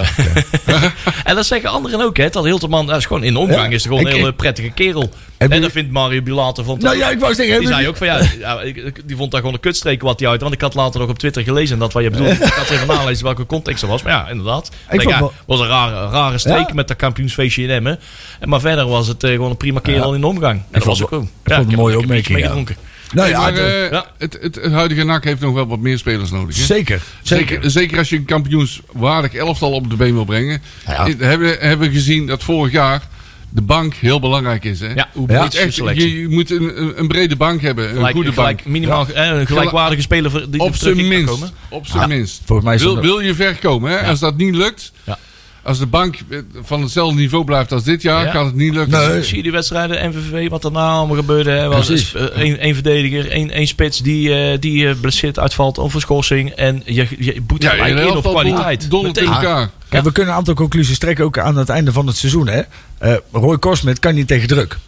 [SPEAKER 3] Ah, oké.
[SPEAKER 2] En dat zeggen anderen ook, hè? Dat Hilterman, dat is gewoon in de omgang,
[SPEAKER 3] Ja.
[SPEAKER 2] is er gewoon een
[SPEAKER 3] Ik-
[SPEAKER 2] hele prettige kerel.
[SPEAKER 3] Heb
[SPEAKER 2] En
[SPEAKER 3] je-
[SPEAKER 2] dat vindt Mario Bilater van.
[SPEAKER 3] Nou ja, ik wou zeggen,
[SPEAKER 2] Die
[SPEAKER 3] hebben
[SPEAKER 2] zei
[SPEAKER 3] jullie-
[SPEAKER 2] ook van ja, ja, ik- die vond daar gewoon een kutstreek wat hij uit. Want ik had later nog op Twitter gelezen dat wat je bedoelt. Ik had even nalezen welke context er was. Maar ja, inderdaad. Ik denk,
[SPEAKER 3] vond
[SPEAKER 2] ja,
[SPEAKER 3] wel-
[SPEAKER 2] was een rare, rare streek
[SPEAKER 3] Ja.
[SPEAKER 2] met dat kampioensfeestje in Emmen. En Maar verder was het eh, gewoon een prima kerel in de omgang. En dat
[SPEAKER 3] vond
[SPEAKER 2] was ook
[SPEAKER 3] het-
[SPEAKER 2] wel.
[SPEAKER 3] ik vond het een mooie opmerking, ja.
[SPEAKER 2] meegedronken.
[SPEAKER 3] Nou
[SPEAKER 4] Hey,
[SPEAKER 3] ja,
[SPEAKER 4] maar,
[SPEAKER 3] de-
[SPEAKER 4] eh,
[SPEAKER 2] ja.
[SPEAKER 4] het, het, het huidige NAC heeft nog wel wat meer spelers nodig. hè?
[SPEAKER 3] zeker. eh, Zeker.
[SPEAKER 4] Zeker, zeker als je een kampioenswaardig elftal op de been wil brengen.
[SPEAKER 3] Ja.
[SPEAKER 4] Eh, Hebben, hebben we gezien dat vorig jaar de bank heel belangrijk is. Hè?
[SPEAKER 2] Ja, hoe
[SPEAKER 4] je,
[SPEAKER 2] breed
[SPEAKER 4] moet
[SPEAKER 2] is je
[SPEAKER 4] echt,
[SPEAKER 2] selectie?
[SPEAKER 4] je, je moet een, een- een brede bank hebben. Een
[SPEAKER 2] Gelijk,
[SPEAKER 4] goede
[SPEAKER 2] gelijk,
[SPEAKER 4] bank.
[SPEAKER 2] minimaal eh, een gelijkwaardige speler voor- die
[SPEAKER 4] Op
[SPEAKER 2] er
[SPEAKER 4] zijn
[SPEAKER 2] terug in kan
[SPEAKER 4] minst.
[SPEAKER 2] komen.
[SPEAKER 4] Op zijn minst.
[SPEAKER 3] volgens mij is
[SPEAKER 4] wil,
[SPEAKER 3] dat-
[SPEAKER 4] wil je ver komen. Hè? Als dat niet lukt.
[SPEAKER 2] Ja.
[SPEAKER 4] Als de bank eh, van hetzelfde niveau blijft als dit jaar.
[SPEAKER 2] Ja.
[SPEAKER 4] Gaat het niet lukken.
[SPEAKER 3] Nee.
[SPEAKER 2] Dus Ik zie die wedstrijden, MVV, wat daarna allemaal gebeurde. Hè, was eh,
[SPEAKER 3] Precies.
[SPEAKER 2] één één verdediger, één, één spits die, eh die eh, blesseerd uitvalt of een schorsing. En je, je boet
[SPEAKER 4] Ja,
[SPEAKER 2] gelijk
[SPEAKER 4] je
[SPEAKER 2] in op
[SPEAKER 4] elftal
[SPEAKER 2] kwaliteit.
[SPEAKER 4] dondert- dondert in
[SPEAKER 2] Meteen.
[SPEAKER 4] elkaar.
[SPEAKER 3] Kijk, we kunnen een aantal conclusies trekken ook aan het einde van het seizoen. Hè? Eh, Roy Korsmet kan niet tegen druk.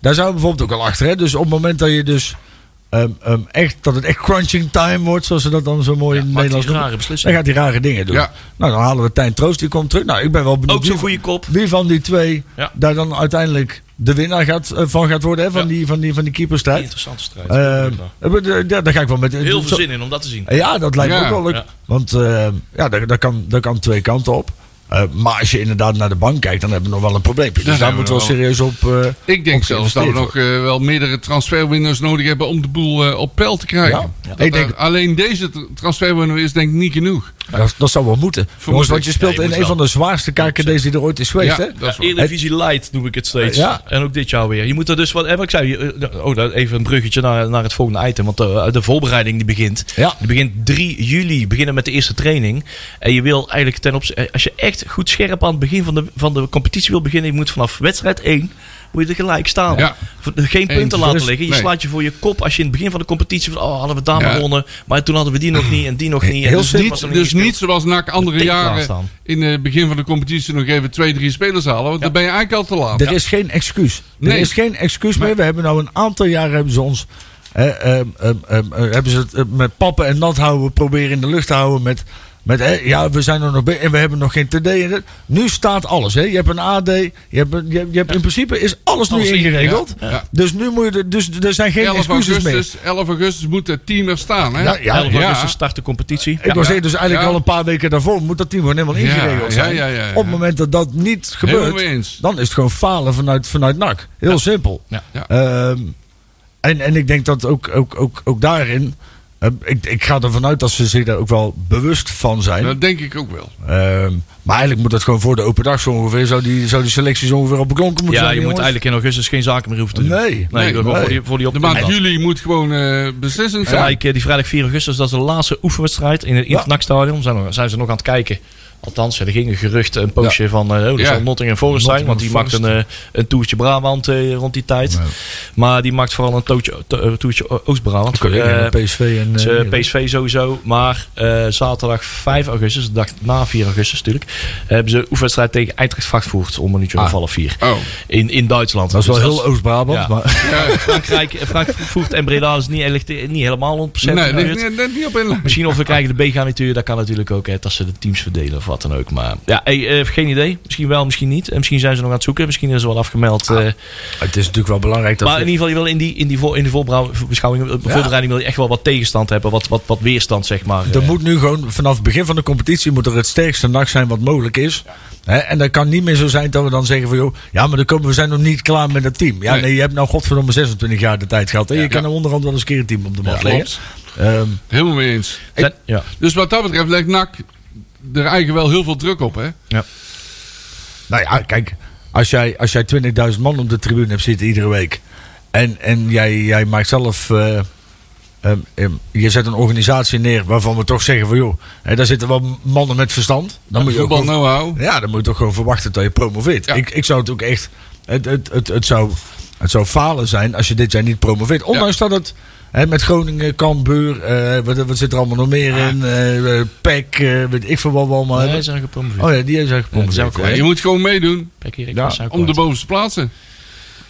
[SPEAKER 3] Daar zou bijvoorbeeld ook al achter. Hè? Dus op het moment dat je dus ehm, ehm, echt, dat het echt crunching time wordt, zoals ze dat dan zo mooi
[SPEAKER 2] Ja,
[SPEAKER 3] in het
[SPEAKER 2] maakt
[SPEAKER 3] Nederlands
[SPEAKER 2] die
[SPEAKER 3] noemen,
[SPEAKER 2] rare
[SPEAKER 3] dan
[SPEAKER 2] beslissingen.
[SPEAKER 3] gaat hij rare dingen doen.
[SPEAKER 4] Ja.
[SPEAKER 3] Nou, dan halen we Tijn Troost, die komt terug. Nou, ik ben wel benieuwd
[SPEAKER 2] Ook zo'n
[SPEAKER 3] wie-
[SPEAKER 2] goede kop.
[SPEAKER 3] wie van die twee
[SPEAKER 2] Ja.
[SPEAKER 3] daar dan uiteindelijk de winnaar gaat, eh, van gaat worden hè? Van,
[SPEAKER 2] Ja.
[SPEAKER 3] die, van, die, van die keeperstijd.
[SPEAKER 2] Interessante strijd.
[SPEAKER 3] Ehm eh, ja, daar ga ik wel met.
[SPEAKER 2] Heel
[SPEAKER 3] zo-
[SPEAKER 2] veel zin in om dat te zien.
[SPEAKER 3] ja, dat lijkt me
[SPEAKER 4] Ja.
[SPEAKER 3] ook wel leuk.
[SPEAKER 2] Ja.
[SPEAKER 3] Want eh, ja, daar, daar, kan, daar kan twee kanten op. Eh, maar als je inderdaad naar de bank kijkt, dan hebben we nog wel een probleempje. Dus
[SPEAKER 4] Ja,
[SPEAKER 3] daar
[SPEAKER 4] we
[SPEAKER 3] moeten we wel
[SPEAKER 4] wel.
[SPEAKER 3] serieus op. eh,
[SPEAKER 4] Ik denk
[SPEAKER 3] op
[SPEAKER 4] zelfs dat we
[SPEAKER 3] geïnvesteerd
[SPEAKER 4] nog eh, wel meerdere transferwinners nodig hebben om de boel eh, op peil te krijgen.
[SPEAKER 3] Ja. Ja.
[SPEAKER 4] Dat
[SPEAKER 3] Ik
[SPEAKER 4] er
[SPEAKER 3] denk-
[SPEAKER 4] alleen deze tra- transferwinner is denk ik niet genoeg.
[SPEAKER 3] worden. Dat, dat zou wel moeten. Jongens, want je speelt
[SPEAKER 2] Ja, je
[SPEAKER 3] in
[SPEAKER 2] moet
[SPEAKER 3] een
[SPEAKER 2] wel.
[SPEAKER 3] van de zwaarste KKD's die er ooit is geweest. hè?
[SPEAKER 4] dat is waar.
[SPEAKER 2] Eredivisie Light noem ik het steeds.
[SPEAKER 3] Ja.
[SPEAKER 2] En ook dit jaar weer. Je moet er dus wat. eh, wat Ik zei, je, eh, oh, daar even een bruggetje naar, naar het volgende item. Want eh, de, de voorbereiding die begint.
[SPEAKER 3] Ja.
[SPEAKER 2] Die begint 3 juli. Beginnen met de eerste training. En je wil eigenlijk ten opzichte. Als je echt goed scherp aan het begin van de, van de competitie wil beginnen. Je moet vanaf wedstrijd 1. Moet je er gelijk staan.
[SPEAKER 4] Ja.
[SPEAKER 2] V- Geen punten
[SPEAKER 4] Eens.
[SPEAKER 2] laten
[SPEAKER 4] Dus,
[SPEAKER 2] liggen. Je
[SPEAKER 4] nee.
[SPEAKER 2] slaat je voor je kop als je in het begin van de competitie. Van, oh, hadden we daar
[SPEAKER 4] Ja.
[SPEAKER 2] maar gewonnen. Maar toen hadden we die nog niet. En die nog niet. En
[SPEAKER 3] Heel
[SPEAKER 2] dit
[SPEAKER 3] simpel.
[SPEAKER 2] was er
[SPEAKER 4] Dus,
[SPEAKER 2] nog
[SPEAKER 4] dus niet
[SPEAKER 2] gespeeld.
[SPEAKER 4] zoals NAC andere
[SPEAKER 2] Meteen
[SPEAKER 4] jaren
[SPEAKER 2] klaarstaan.
[SPEAKER 4] in het begin van de competitie nog even twee, drie spelers halen. Want dan ben je eigenlijk al te laat.
[SPEAKER 3] Er is geen excuus. Er
[SPEAKER 4] Nee.
[SPEAKER 3] is geen excuus meer. We hebben nou een aantal jaren hebben ze ons. eh, ehm, ehm, ehm, eh, hebben ze het eh, met pappen en nat houden proberen in de lucht te houden met. Met, eh, ja, we zijn er nog bij en we hebben nog geen TD. en dat. Nu staat alles. Hè. Je hebt een AD. Je hebt, een- je, hebt- je hebt, in principe is alles,
[SPEAKER 2] Alles
[SPEAKER 3] nu ingeregeld.
[SPEAKER 4] Ja. Ja.
[SPEAKER 3] Dus nu moet je er, dus er zijn geen
[SPEAKER 4] 11
[SPEAKER 3] excuses meer.
[SPEAKER 4] augustus, 11 augustus moet het team er staan. Hè?
[SPEAKER 3] Ja, ja,
[SPEAKER 2] 11
[SPEAKER 4] ja.
[SPEAKER 2] augustus start de competitie.
[SPEAKER 3] Ik was zeggen, dus eigenlijk
[SPEAKER 4] Ja.
[SPEAKER 3] al een paar weken daarvoor moet dat team gewoon helemaal
[SPEAKER 4] Ja,
[SPEAKER 3] ingeregeld
[SPEAKER 4] ja,
[SPEAKER 3] zijn.
[SPEAKER 4] ja, ja, ja.
[SPEAKER 3] Op het moment dat dat niet
[SPEAKER 4] Helemaal mee
[SPEAKER 3] gebeurt,
[SPEAKER 4] eens.
[SPEAKER 3] dan is het gewoon falen vanuit, vanuit NAC. Heel simpel.
[SPEAKER 2] Ja.
[SPEAKER 4] Ja.
[SPEAKER 3] Ehm, en, en ik denk dat ook, ook, ook, ook daarin. eh, ik, ik ga ervan uit dat ze zich daar ook wel bewust van zijn.
[SPEAKER 4] Dat denk ik ook wel.
[SPEAKER 3] Ehm, maar eigenlijk moet dat gewoon voor de open dag zo ongeveer. Zou die, zou die selecties ongeveer al beklonken moeten
[SPEAKER 2] Ja,
[SPEAKER 3] zijn.
[SPEAKER 2] je moet
[SPEAKER 3] jongens.
[SPEAKER 2] eigenlijk in augustus geen zaken meer hoeven te doen.
[SPEAKER 3] Nee.
[SPEAKER 2] nee,
[SPEAKER 3] Nee,
[SPEAKER 2] gewoon
[SPEAKER 3] nee.
[SPEAKER 2] Voor, die, voor die
[SPEAKER 4] De
[SPEAKER 2] opname.
[SPEAKER 4] maand juli moet gewoon eh, beslissend zijn.
[SPEAKER 2] Gelijk, eh, die vrijdag 4 augustus, dat is de laatste oefenwedstrijd in het
[SPEAKER 3] Ja.
[SPEAKER 2] Internachtstadion. Zijn, we- zijn ze nog aan het kijken. Althans, er gingen geruchten een poosje van eh oh, dat
[SPEAKER 4] Ja.
[SPEAKER 2] zal Nottingham Forest zijn. Want die maakt
[SPEAKER 3] Nottingham
[SPEAKER 2] een, eh, een toertje Brabant eh, rond die tijd. Maar die maakt vooral een toertje, to- eh, toertje O- Oost-Brabant.
[SPEAKER 3] Oké,
[SPEAKER 2] Eh,
[SPEAKER 3] en PSV en.
[SPEAKER 2] dus,
[SPEAKER 3] eh,
[SPEAKER 2] eh, PSV sowieso. Maar eh, zaterdag 5 augustus, de dag na 4 augustus natuurlijk, hebben ze oefenwedstrijd tegen Eintracht Frankfurt om een minuutje of half vier.
[SPEAKER 4] Oh.
[SPEAKER 2] In, in Duitsland.
[SPEAKER 3] Ah. dat is wel
[SPEAKER 2] Dus
[SPEAKER 3] heel Oost-Brabant.
[SPEAKER 2] Ja.
[SPEAKER 3] Maar,
[SPEAKER 2] Frankrijk, eh, Frankfurt en Breda is niet, echt- eh, niet helemaal 100%
[SPEAKER 4] Nee, dat
[SPEAKER 2] gebeurd.
[SPEAKER 4] is niet- dat is niet op inlijn.
[SPEAKER 2] Misschien of we krijgen de B-garnituur, dat kan natuurlijk ook, hè, dat ze de teams verdelen of wat dan ook. Maar ja, hey, eh, geen idee. Misschien wel, misschien niet. En misschien zijn ze nog aan het zoeken, misschien is ze wel afgemeld. eh.
[SPEAKER 3] het Ah, is natuurlijk wel belangrijk dat.
[SPEAKER 2] maar in ieder geval, je wil in die, in die, voor, in de voorbeschouwing, eh, voorbereiding wil je echt wel wat tegenstand hebben, wat, wat, wat weerstand, zeg maar.
[SPEAKER 3] Er
[SPEAKER 2] eh.
[SPEAKER 3] moet nu gewoon vanaf het begin van de competitie moet er het sterkste nacht zijn wat mogelijk is. Hè, en dat kan niet meer zo zijn dat we dan zeggen van joh, ja, maar dan komen we zijn nog niet klaar met het team. Ja, nee,
[SPEAKER 4] Nee.
[SPEAKER 3] je hebt nou godverdomme 26 jaar de tijd gehad. En je kan er onderhand wel eens een keer een team op de mat leggen.
[SPEAKER 4] klopt.
[SPEAKER 3] Ehm,
[SPEAKER 4] Helemaal mee eens.
[SPEAKER 2] Zijn- ja.
[SPEAKER 4] Dus wat dat betreft legt NAC er eigenlijk wel heel veel druk op. Hè?
[SPEAKER 3] nou ja, kijk, als jij, als jij 20.000 man op de tribune hebt zitten iedere week. En, en jij, jij maakt zelf. eh, ehm, ehm, je zet een organisatie neer waarvan we toch zeggen van joh, hè, daar zitten wel mannen met verstand. Dan moet je ook
[SPEAKER 4] Voetbal
[SPEAKER 3] wel
[SPEAKER 4] know-how.
[SPEAKER 3] Ja, dan moet je toch gewoon verwachten dat je promoveert.
[SPEAKER 4] Ja.
[SPEAKER 3] Ik, ik zou het ook echt. Het, het, het, het zou Het zou falen zijn als je dit jaar niet promoveert. Ondanks dat het hè, met Groningen, Cambuur, eh, wat, wat zit er allemaal nog meer in? eh eh, PEC, eh, weet ik veel wat we allemaal
[SPEAKER 2] Nee,
[SPEAKER 3] hebben.
[SPEAKER 2] ze zijn gepromoveerd.
[SPEAKER 3] Oh ja, die hebben ze eigenlijk
[SPEAKER 2] Ja, die zijn
[SPEAKER 3] gepromoveerd.
[SPEAKER 2] ook
[SPEAKER 4] Ja,
[SPEAKER 3] hè.
[SPEAKER 4] je moet gewoon meedoen
[SPEAKER 2] Kijk hier, ik
[SPEAKER 3] Ja,
[SPEAKER 2] was ook
[SPEAKER 4] om de
[SPEAKER 2] kwijt.
[SPEAKER 4] bovenste plaatsen.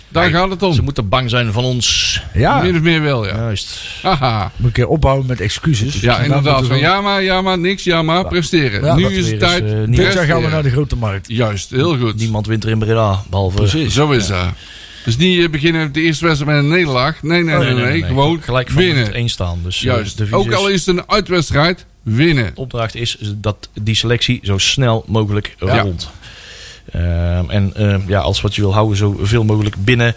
[SPEAKER 4] Daar
[SPEAKER 2] Nee,
[SPEAKER 4] gaat het om.
[SPEAKER 2] Ze moeten bang zijn van ons.
[SPEAKER 3] ja,
[SPEAKER 4] Min of meer wel, ja.
[SPEAKER 2] Juist.
[SPEAKER 4] Haha.
[SPEAKER 3] moet ik weer ophouden met excuses.
[SPEAKER 4] Ja,
[SPEAKER 3] Nou,
[SPEAKER 4] inderdaad.
[SPEAKER 3] moeten we
[SPEAKER 4] Van,
[SPEAKER 3] wel-
[SPEAKER 4] ja, maar, ja, maar, niks, ja, maar, presteren.
[SPEAKER 3] Ja,
[SPEAKER 4] nu
[SPEAKER 3] dat
[SPEAKER 4] is
[SPEAKER 2] weer
[SPEAKER 4] het
[SPEAKER 2] eens,
[SPEAKER 4] tijd.
[SPEAKER 2] eh,
[SPEAKER 3] Dit
[SPEAKER 2] niet.
[SPEAKER 3] jaar gaan we
[SPEAKER 4] presteren.
[SPEAKER 3] naar de grote markt.
[SPEAKER 4] Juist, heel goed.
[SPEAKER 2] Niemand wint er in Breda, behalve...
[SPEAKER 4] Zo is dat. Dus niet eh, beginnen met de eerste wedstrijd met een nederlaag. Nee,
[SPEAKER 2] Oh,
[SPEAKER 4] nee, nee, nee. Gewoon
[SPEAKER 2] Gelijk van
[SPEAKER 4] winnen.
[SPEAKER 2] één staan. Dus eh,
[SPEAKER 4] Juist.
[SPEAKER 2] de
[SPEAKER 4] Ook al
[SPEAKER 2] is...
[SPEAKER 4] is het een uitwedstrijd, winnen.
[SPEAKER 2] De opdracht is dat die selectie zo snel mogelijk rond. Ehm, en ehm, ja, als wat je wil houden, zo veel mogelijk binnen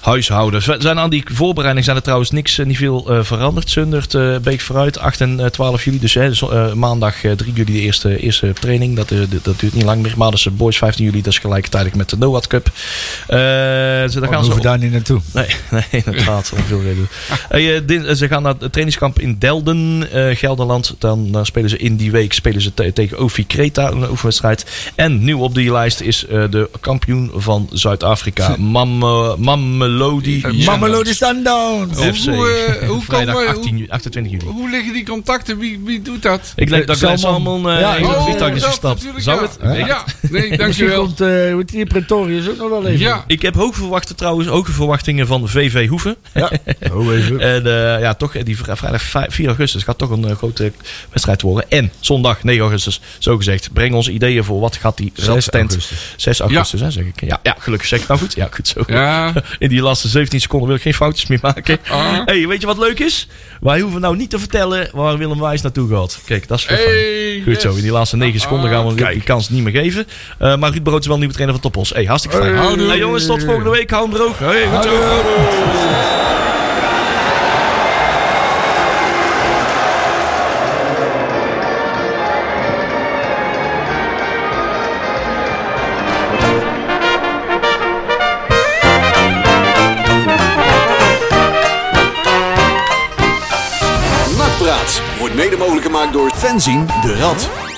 [SPEAKER 2] huishouden. Z- Zijn aan die voorbereiding zijn er trouwens niks, eh, niet veel eh, veranderd. Zundert, eh, Beek vooruit, 8 en eh, 12 juli. Dus hè, zo- eh, maandag eh, 3 juli de eerste, eerste training. Dat, eh, d- dat duurt niet lang meer. Maar dat is eh, Boys 15 juli, dat is gelijktijdig met de Noad Cup. Eh, ze, daar
[SPEAKER 3] Dan
[SPEAKER 2] gaan ze
[SPEAKER 3] hoeven we daar niet naartoe.
[SPEAKER 2] Nee, nee inderdaad, om veel reden. Hey, eh, dit- eh, ze gaan naar het trainingskamp in Delden, eh, Gelderland. Dan eh, spelen ze in die week spelen ze te- tegen Ovi Kreta, een oefenwedstrijd. En nieuw op die lijst is eh, de kampioen van Zuid-Afrika, Mam, eh, Mamelodi.
[SPEAKER 4] Ja.
[SPEAKER 3] Mamelodi Sundowns!
[SPEAKER 2] FC.
[SPEAKER 4] Hoe, eh, hoe
[SPEAKER 2] Vrijdag
[SPEAKER 4] komen we-
[SPEAKER 2] 18 ju- 28 juli.
[SPEAKER 4] Hoe liggen die contacten? Wie, wie doet dat?
[SPEAKER 2] Ik denk dat
[SPEAKER 3] Salman.
[SPEAKER 2] Glenn Salmon eh
[SPEAKER 3] Ja,
[SPEAKER 2] in het
[SPEAKER 3] oh,
[SPEAKER 2] vliegtuig is
[SPEAKER 4] dat
[SPEAKER 2] gestapt.
[SPEAKER 4] natuurlijk,
[SPEAKER 2] Zou
[SPEAKER 4] ja.
[SPEAKER 2] het?
[SPEAKER 4] Ja, nee,
[SPEAKER 3] Misschien
[SPEAKER 4] dankjewel.
[SPEAKER 3] komt eh, hoe heet die Pretorius ook nog wel even.
[SPEAKER 4] Ja,
[SPEAKER 2] Ik heb hoge verwachten trouwens, hoge verwachtingen van VV Hoeven.
[SPEAKER 3] ja. Oh, even.
[SPEAKER 2] En eh, ja, toch, eh, die vri- vrijdag vijf- 4 augustus gaat toch een eh, grote wedstrijd worden. En zondag 9 augustus, zo gezegd. Breng ons ideeën voor wat gaat die
[SPEAKER 3] 6
[SPEAKER 2] veldtent.
[SPEAKER 3] augustus.
[SPEAKER 2] 6 augustus, hè, zeg ik. Ja, ja, gelukkig zeg ik nou goed. Ja, goed zo.
[SPEAKER 4] ja.
[SPEAKER 2] In die laatste 17 seconden wil ik geen foutjes meer maken.
[SPEAKER 4] Ah.
[SPEAKER 2] hey, weet je wat leuk is? Wij hoeven nou niet te vertellen waar Willem Wijs naartoe gaat. Kijk, dat is wel fijn.
[SPEAKER 4] Hey,
[SPEAKER 2] Goed
[SPEAKER 4] yes. Ah,
[SPEAKER 2] zo, in die laatste 9 seconden gaan we Ruud die kans niet meer geven. Eh, maar Ruud Brood is wel nieuwe trainer van Topos. Hey, hartstikke fijn.
[SPEAKER 4] Hey. Houdoe.
[SPEAKER 2] Hey, jongens, tot volgende week. Hou hem droog. Hey, goed zo.
[SPEAKER 1] Nakpraat wordt mede mogelijk gemaakt door Fenzin de Rad.